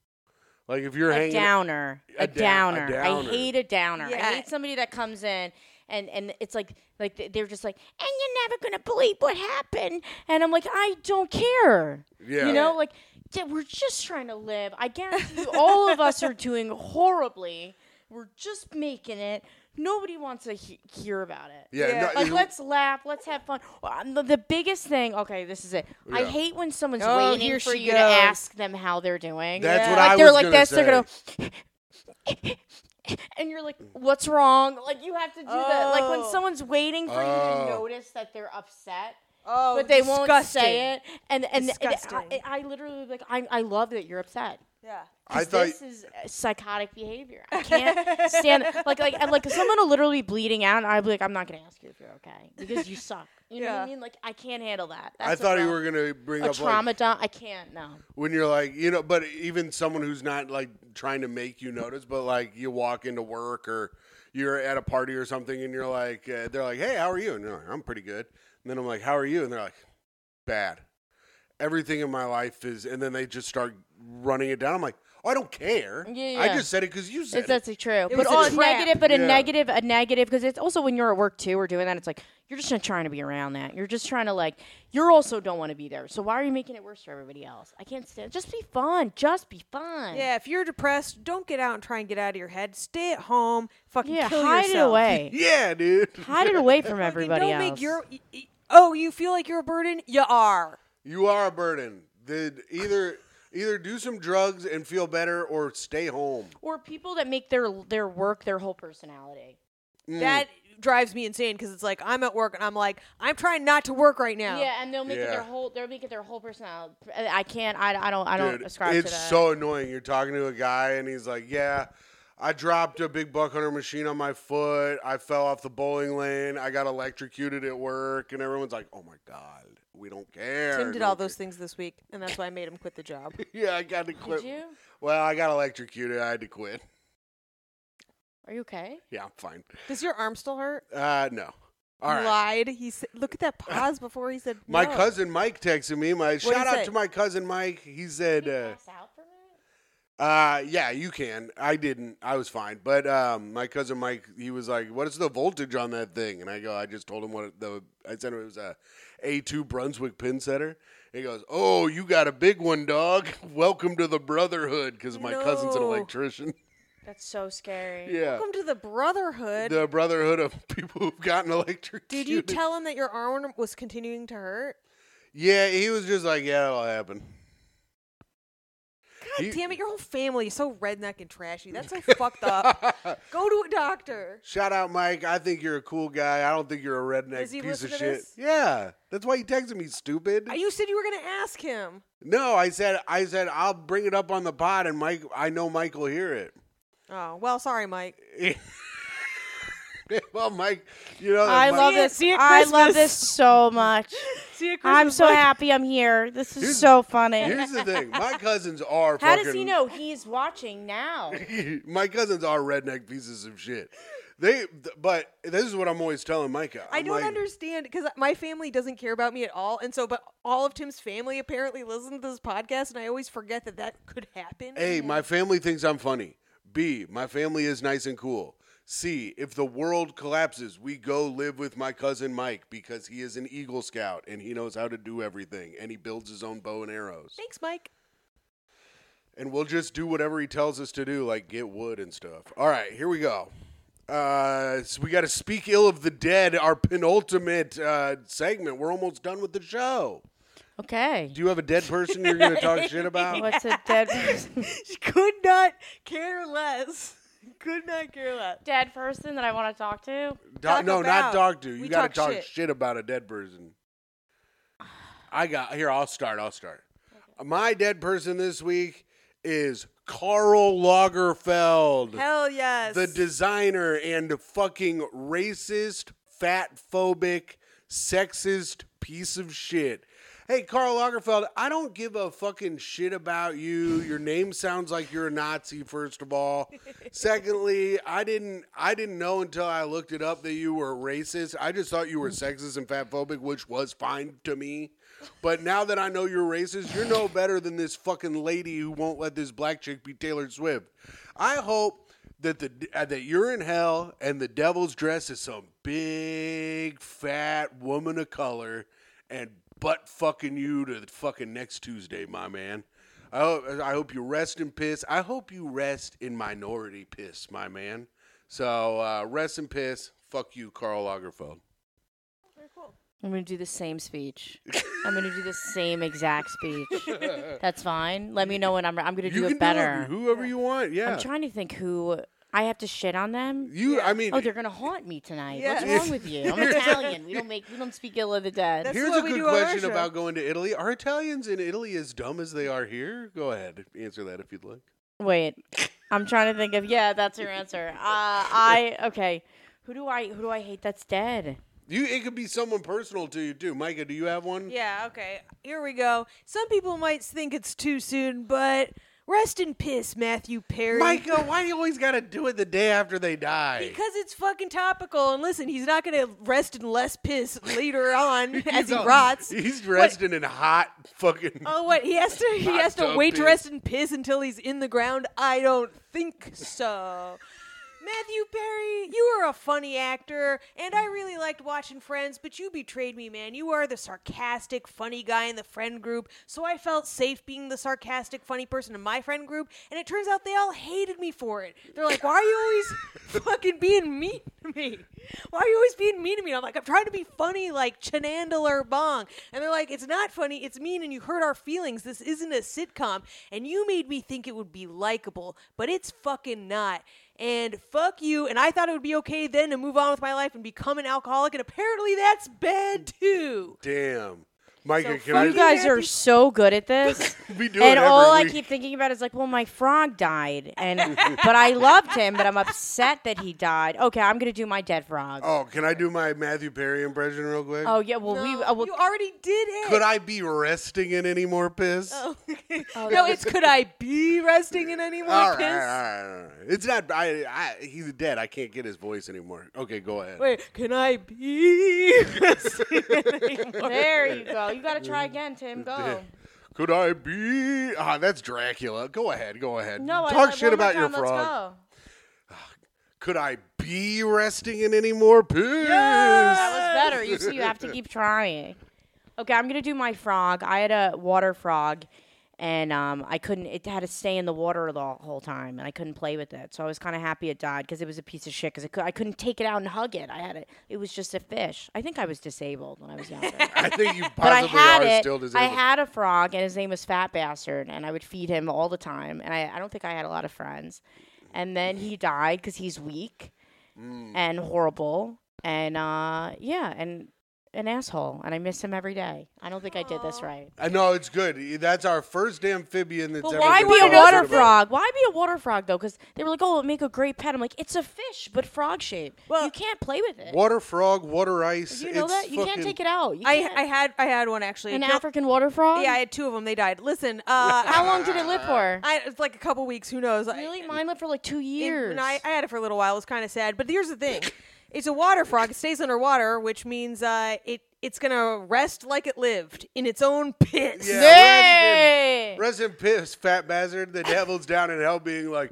Speaker 1: Like if you're
Speaker 3: a
Speaker 1: hanging
Speaker 3: downer.
Speaker 1: A
Speaker 3: A,
Speaker 1: down- a
Speaker 3: downer.
Speaker 1: downer.
Speaker 3: I hate a downer.
Speaker 2: Yeah.
Speaker 3: I hate somebody that comes in and and it's like like th- they're just like, and you're never gonna believe what happened. And I'm like, I don't care.
Speaker 1: Yeah.
Speaker 3: You know, like yeah, we're just trying to live. I guarantee you, all of us are doing horribly. We're just making it. Nobody wants to he- hear about it.
Speaker 1: Yeah,
Speaker 2: Yeah.
Speaker 1: no,
Speaker 3: Like,
Speaker 1: it-
Speaker 3: let's laugh, let's have fun. Well, I'm the, the biggest thing, okay, this is it. I
Speaker 1: Yeah.
Speaker 3: hate when someone's
Speaker 2: Oh,
Speaker 3: waiting
Speaker 2: here
Speaker 3: for
Speaker 2: she
Speaker 3: you
Speaker 2: goes.
Speaker 3: to ask them how they're doing.
Speaker 1: that's
Speaker 2: Yeah.
Speaker 1: what
Speaker 3: like
Speaker 1: I
Speaker 3: they're
Speaker 1: was
Speaker 3: like
Speaker 1: gonna
Speaker 3: this,
Speaker 1: say.
Speaker 3: they're gonna *laughs* and you're like, what's wrong? Like you have to do that. Like when
Speaker 2: Oh.
Speaker 3: someone's waiting for you
Speaker 1: Oh.
Speaker 3: to notice that they're upset.
Speaker 2: Oh,
Speaker 3: But they won't
Speaker 2: disgusting.
Speaker 3: say it, and and, and
Speaker 2: Disgusting.
Speaker 3: I, I literally was like I, I love that you're upset.
Speaker 2: Yeah.
Speaker 3: 'Cause
Speaker 1: I thought
Speaker 3: this is uh, psychotic behavior. I can't stand it. like like and like someone will literally be bleeding out, and I'll be like, I'm not gonna ask you if you're okay because you suck. You know what
Speaker 2: Yeah.
Speaker 3: I mean? Like I can't handle that.
Speaker 1: I
Speaker 3: That's a
Speaker 1: thought you
Speaker 3: real-
Speaker 1: were gonna bring
Speaker 3: a
Speaker 1: up like,
Speaker 3: trauma. dump. I can't. No.
Speaker 1: when you're like you know but even someone who's not like trying to make you notice but like you walk into work or you're at a party or something and you're like uh, they're like hey how are you and you're like i'm pretty good and then i'm like how are you and they're like bad everything in my life is and then they just start running it down i'm like oh i don't care
Speaker 3: Yeah,
Speaker 1: i
Speaker 3: yeah.
Speaker 1: just said it because you said
Speaker 3: It's,
Speaker 1: it.
Speaker 3: that's true.
Speaker 2: was
Speaker 3: But
Speaker 2: a
Speaker 3: all
Speaker 2: trap.
Speaker 3: negative, but a
Speaker 1: Yeah.
Speaker 3: negative, a negative, because it's also when you're at work too, or doing that, it's like you're just not trying to be around that. You're just trying to like, you're also don't want to be there. So why are you making it worse for everybody else? I can't stand. Just be fun. Just be fun.
Speaker 2: Yeah, if you're depressed, don't get out and try and get out of your head. Stay at home. Fucking
Speaker 3: Yeah.
Speaker 2: kill
Speaker 3: Hide it
Speaker 2: yourself.
Speaker 3: *laughs* away.
Speaker 1: yeah dude
Speaker 3: hide it away from
Speaker 2: Fucking
Speaker 3: everybody
Speaker 2: don't
Speaker 3: else.
Speaker 2: make your. y- y- Oh, you feel like you're a burden? You are.
Speaker 1: you are a burden Did either either do some drugs and feel better or stay home
Speaker 3: or people that make their their work their whole personality.
Speaker 1: Mm.
Speaker 2: That drives me insane because it's like I'm at work and I'm like I'm trying not to work right now.
Speaker 3: Yeah, and they'll make it
Speaker 1: Yeah.
Speaker 3: their whole. They'll make it their whole personality. I can't. I, I don't. I don't
Speaker 1: Dude,
Speaker 3: ascribe
Speaker 1: it's
Speaker 3: to that.
Speaker 1: so annoying. You're talking to a guy and he's like, "Yeah, I dropped a big buck hunter machine on my foot. I fell off the bowling lane. I got electrocuted at work." And everyone's like, "Oh my god, we don't care."
Speaker 2: Tim did
Speaker 1: No
Speaker 2: all
Speaker 1: care."
Speaker 2: those things this week, and that's why I made him quit the job.
Speaker 1: *laughs* Yeah, I got to quit.
Speaker 3: Did you?
Speaker 1: Well, I got electrocuted. I had to quit. *laughs*
Speaker 3: Are you okay?
Speaker 1: Yeah, I'm fine.
Speaker 2: Does your arm still hurt?
Speaker 1: Uh, no. All right.
Speaker 2: Lied. He said, "Look at that pause before he said."
Speaker 1: My
Speaker 2: no.
Speaker 1: cousin Mike texted me. My
Speaker 2: he
Speaker 1: shout out
Speaker 2: say?
Speaker 1: to my cousin Mike. He said,
Speaker 3: Did you
Speaker 1: uh,
Speaker 3: pass out from it?
Speaker 1: Uh, yeah, you can. I didn't. I was fine. But um, my cousin Mike, he was like, "What is the voltage on that thing?" And I go, "I just told him what it- the." I said it was a A two Brunswick pin setter. He goes, "Oh, you got a big one, dog. *laughs* Welcome to the brotherhood." Because my cousin's an
Speaker 2: No.
Speaker 1: electrician. *laughs*
Speaker 3: That's so scary.
Speaker 1: yeah,
Speaker 2: Welcome to the brotherhood.
Speaker 1: the brotherhood of *laughs* people who've gotten electrocuted.
Speaker 2: Did you tell him that your arm was continuing to hurt?
Speaker 1: Yeah, he was just like, "Yeah, it'll happen."
Speaker 2: God
Speaker 1: He-
Speaker 2: damn it! Your whole family is so redneck and
Speaker 1: *laughs*
Speaker 2: trashy. That's so fucked up. Go to a doctor.
Speaker 1: Shout out, Mike. I think you're a cool guy. I don't think you're a redneck
Speaker 2: Does he
Speaker 1: piece of
Speaker 2: listen to
Speaker 1: shit.
Speaker 2: this?
Speaker 1: Yeah, that's why you texted me, stupid.
Speaker 2: Uh, You said you were gonna ask him.
Speaker 1: No, I said I said I'll bring it up on the pod, and Mike. I know Mike will hear it. *laughs*
Speaker 2: Oh well, sorry, Mike.
Speaker 1: well, Mike, you know that
Speaker 3: I
Speaker 1: Mike-
Speaker 3: love
Speaker 2: See you-
Speaker 3: this.
Speaker 2: see you at
Speaker 3: I love
Speaker 2: Christmas.
Speaker 3: this so *laughs* much. I'm so happy I'm here. This is
Speaker 1: Here's-
Speaker 3: so funny.
Speaker 1: Here's the thing:
Speaker 3: *laughs*
Speaker 1: my cousins are.
Speaker 3: How
Speaker 1: fucking,
Speaker 3: does he know he's watching now?
Speaker 1: *laughs* my cousins are redneck pieces of shit. They, but this is what I'm always telling Micah.
Speaker 2: I
Speaker 1: I'm
Speaker 2: don't
Speaker 1: like,
Speaker 2: understand because my family doesn't care about me at all, and so but all of Tim's family apparently listens to this podcast, and I always forget that that could happen.
Speaker 1: A, my family thinks I'm funny. B, my family is nice and cool. C, if the world collapses, we go live with my cousin Mike because he is an Eagle Scout and he knows how to do everything and he builds his own bow and arrows.
Speaker 2: Thanks, Mike.
Speaker 1: *laughs* and we'll just do whatever he tells us to do, like get wood and stuff. All right, here we go. Uh, so we got to speak ill of the dead, our penultimate uh, segment. We're almost done with the show.
Speaker 3: Okay.
Speaker 1: Do you have a dead person you're going to talk
Speaker 2: *laughs*
Speaker 1: shit about?
Speaker 3: What's Oh, a *laughs* dead person?
Speaker 2: She could not care less. *laughs* Could not care less.
Speaker 3: dead person that I want to talk to?
Speaker 1: Do-
Speaker 2: Talk
Speaker 1: no, not
Speaker 2: about.
Speaker 1: talk to. You
Speaker 2: We
Speaker 1: got to
Speaker 2: talk
Speaker 1: talk shit.
Speaker 2: shit.
Speaker 1: about a dead person. I got here. I'll start. I'll start. My dead person this week is Carl Lagerfeld,
Speaker 2: Hell yes.
Speaker 1: the designer and fucking racist, fat phobic, sexist piece of shit. Hey, Carl Lagerfeld, I don't give a fucking shit about you. Your name sounds like you're a Nazi, first of all. Secondly, I didn't I didn't know until I looked it up that you were racist. I just thought you were sexist and fatphobic, which was fine to me. But now that I know you're racist, you're no better than this fucking lady who won't let this black chick be Taylor Swift. I hope that the uh, that you're in hell and the devil's dressed as some big fat woman of color and butt fucking you to the fucking next Tuesday, my man. I hope, I hope you rest in piss. I hope you rest in minority piss, my man. So uh, rest in piss. Fuck you, Carl Lagerfeld.
Speaker 2: Very cool.
Speaker 3: I'm going to do the same speech. I'm going to do the same exact speech. That's fine. Let me know when I'm I'm going to do it better.
Speaker 1: whoever you want. Yeah,
Speaker 3: I'm trying to think who I have to shit on them.
Speaker 1: you. I mean,
Speaker 3: Oh, they're gonna haunt me tonight. What's
Speaker 2: Yeah.
Speaker 3: wrong with you? I'm Italian. We don't make we don't speak ill of the dead.
Speaker 2: That's-
Speaker 1: here's
Speaker 2: what
Speaker 1: a
Speaker 2: we
Speaker 1: good
Speaker 2: do on our
Speaker 1: question
Speaker 2: show.
Speaker 1: about going to Italy. Are Italians in Italy as dumb as they are here? Go ahead, answer that if you'd like.
Speaker 3: Wait, I'm trying to think of yeah. That's your answer. Uh, I okay. Who do I who do I hate that's dead?
Speaker 1: You, it could be someone personal to you too. Micah, do you have one?
Speaker 2: Yeah, okay. Here we go. Some people might think it's too soon, but rest in piss, Matthew Perry.
Speaker 1: Micah, why you always got to do it the day after they die?
Speaker 2: Because it's fucking topical. And listen, he's not going to rest in less piss
Speaker 1: *laughs*
Speaker 2: later on as he
Speaker 1: He's all- *laughs*
Speaker 2: rots.
Speaker 1: He's resting in hot fucking.
Speaker 2: Oh, what? He has to he has to
Speaker 1: Bathtub
Speaker 2: wait to
Speaker 1: piss.
Speaker 2: rest in piss until he's in the ground? I don't think so. Matthew Perry, you are a funny actor, and I really liked watching Friends, but you betrayed me, man. You are the sarcastic, funny guy in the friend group, so I felt safe being the sarcastic, funny person in my friend group, and it turns out they all hated me for it. They're like, why are you always *laughs* fucking being mean to me? Why are you always being mean to me? And I'm like, I'm trying to be funny like Chenandel or Bong. And they're like, it's not funny, it's mean, and you hurt our feelings. This isn't a sitcom. And you made me think it would be likable, but it's fucking not. And fuck you. And I thought it would be okay then to move on with my life and become an alcoholic, and apparently that's bad too.
Speaker 1: Damn, Micah,
Speaker 2: So
Speaker 1: can
Speaker 2: fuck
Speaker 1: I?
Speaker 3: You guys are
Speaker 2: Matthew-
Speaker 3: so good at this.
Speaker 1: We do it
Speaker 3: and
Speaker 1: every
Speaker 3: all I
Speaker 1: week.
Speaker 3: keep thinking about is like, well, my frog died, and but I loved him, but I'm upset that he died. Okay, I'm gonna do my dead frog.
Speaker 1: Oh, can I do my Matthew Perry impression real quick?
Speaker 3: Oh yeah, well we uh, well,
Speaker 2: you already did it.
Speaker 1: Could I be resting in any more piss?
Speaker 2: *laughs*
Speaker 3: Oh, *laughs*
Speaker 2: no, it's could I be resting in any more
Speaker 1: All right,
Speaker 2: piss?
Speaker 1: all right, all right. It's not. I, I, he's dead. I can't get his voice anymore. Okay, go ahead.
Speaker 2: Wait, can I be resting in any more
Speaker 3: there you go. You gotta try again, Tim. Go.
Speaker 1: Could I be? Ah, that's Dracula. Go ahead. Go ahead.
Speaker 3: No, I,
Speaker 1: talk
Speaker 3: I-
Speaker 1: shit
Speaker 3: one more
Speaker 1: about your
Speaker 3: time, let's
Speaker 1: frog.
Speaker 3: go.
Speaker 1: Could I be resting in any more piss?
Speaker 3: That was better. You see, you have to keep trying. Okay, I'm gonna do my frog. I had a water frog, and um, I couldn't. It had to stay in the water the whole time, and I couldn't play with it. So I was kind of happy it died because it was a piece of shit. Because could, I couldn't take it out and hug it. I had it. It was just a fish. I think I was disabled when I was younger.
Speaker 1: I think you
Speaker 3: *laughs* But I
Speaker 1: possibly
Speaker 3: had
Speaker 1: are
Speaker 3: it.
Speaker 1: still
Speaker 3: I
Speaker 1: disabled.
Speaker 3: had a frog, and his name was Fat Bastard, and I would feed him all the time. And I, I don't think I had a lot of friends. And then he died because he's weak
Speaker 1: Mm.
Speaker 3: and horrible, and uh, yeah, and an asshole. And I miss him every day. I don't think I did this right.
Speaker 1: I know it's good. That's our first amphibian that's
Speaker 2: But
Speaker 1: ever.
Speaker 2: why
Speaker 3: Why
Speaker 1: been
Speaker 3: be a
Speaker 1: talked
Speaker 3: water
Speaker 1: about.
Speaker 3: frog? Why be a water frog though? Because they were like, "Oh, it'd make a great pet." I'm like, "It's a fish, but frog shaped.
Speaker 2: Well-
Speaker 3: you can't play with it.
Speaker 1: Water frog, water ice.
Speaker 3: you know
Speaker 1: it's
Speaker 3: that? You can't
Speaker 1: fucking-
Speaker 3: take it out. You
Speaker 2: *laughs* I,
Speaker 3: can't.
Speaker 2: I had I had one actually.
Speaker 3: an
Speaker 2: Don't-
Speaker 3: African water frog.
Speaker 2: yeah, I had two of them. They died. Listen, uh, *laughs*
Speaker 3: How long did it live for?
Speaker 2: I, it's like a couple weeks. Who knows? I-
Speaker 3: Really, mine lived for like two
Speaker 2: it-
Speaker 3: years.
Speaker 2: and I, I had it for a little while. It was kind of sad. But here's the thing: it's a water frog. It stays underwater, which means uh, it it's gonna rest like it lived in its own piss.
Speaker 1: Yeah,
Speaker 3: Yay!
Speaker 1: Rest in piss, fat bastard. The devil's down in hell, being like,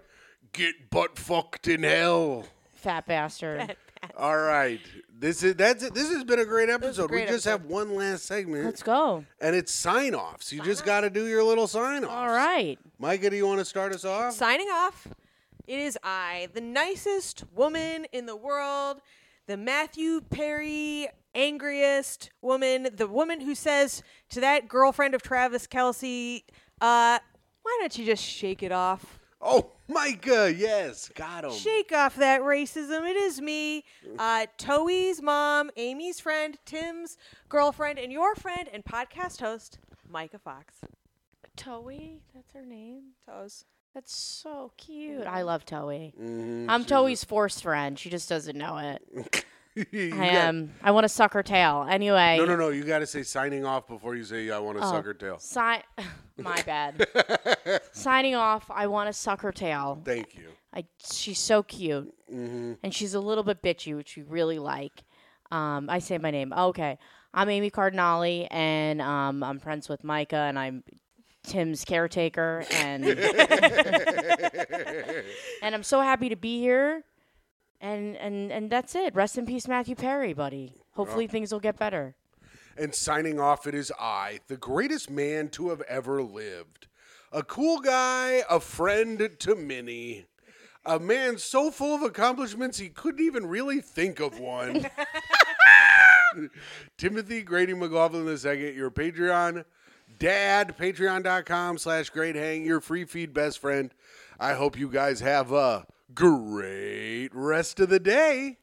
Speaker 1: "Get butt fucked in hell."
Speaker 3: Fat bastard.
Speaker 1: All right, this is that's it. This has been a great episode.
Speaker 2: great
Speaker 1: we just
Speaker 2: episode.
Speaker 1: have one last segment,
Speaker 3: Let's go.
Speaker 1: and it's sign offs. You just got to do your little sign offs.
Speaker 3: All right.
Speaker 1: Micah, do you want to start us off?
Speaker 2: Signing off. It is I, the nicest woman in the world, the Matthew Perry angriest woman, the woman who says to that girlfriend of Travis Kelsey, uh, why don't you just shake it off?
Speaker 1: Oh, Micah, yes, got him. *laughs*
Speaker 2: Shake off that racism. It is me, uh, Toey's mom, Amy's friend, Tim's girlfriend, and your friend and podcast host, Micah Fox.
Speaker 3: Toei, that's her name.
Speaker 2: Toes.
Speaker 3: That's so cute. I love Toei.
Speaker 1: Mhm,
Speaker 3: I'm
Speaker 1: she's
Speaker 3: Toei's forced friend. She just doesn't know it.
Speaker 1: Mm-hmm. a- You
Speaker 3: I um,
Speaker 1: got-
Speaker 3: am. I want to suck her tail. Anyway.
Speaker 1: No, no, no. You got to say signing off before you say I want to
Speaker 3: Oh.
Speaker 1: suck her tail.
Speaker 3: Si- *laughs* my
Speaker 1: *laughs*
Speaker 3: bad. Signing off. I want to suck her tail.
Speaker 1: Thank you.
Speaker 3: I, she's so cute, and she's a little bit bitchy, which we really like. Um, I say my name. Okay, I'm Amy Cardinale, and um, I'm friends with Micah, and I'm Tim's caretaker, and and I'm so happy to be here. And and and that's it. Rest in peace, Matthew Perry, buddy. Hopefully things will get better.
Speaker 1: And signing off, it is I, the greatest man to have ever lived. A cool guy, a friend to many. A man so full of accomplishments he couldn't even really think of one. Timothy Grady McLaughlin II, your Patreon dad, patreon.com slash great hang, your free feed best friend. I hope you guys have a great rest of the day.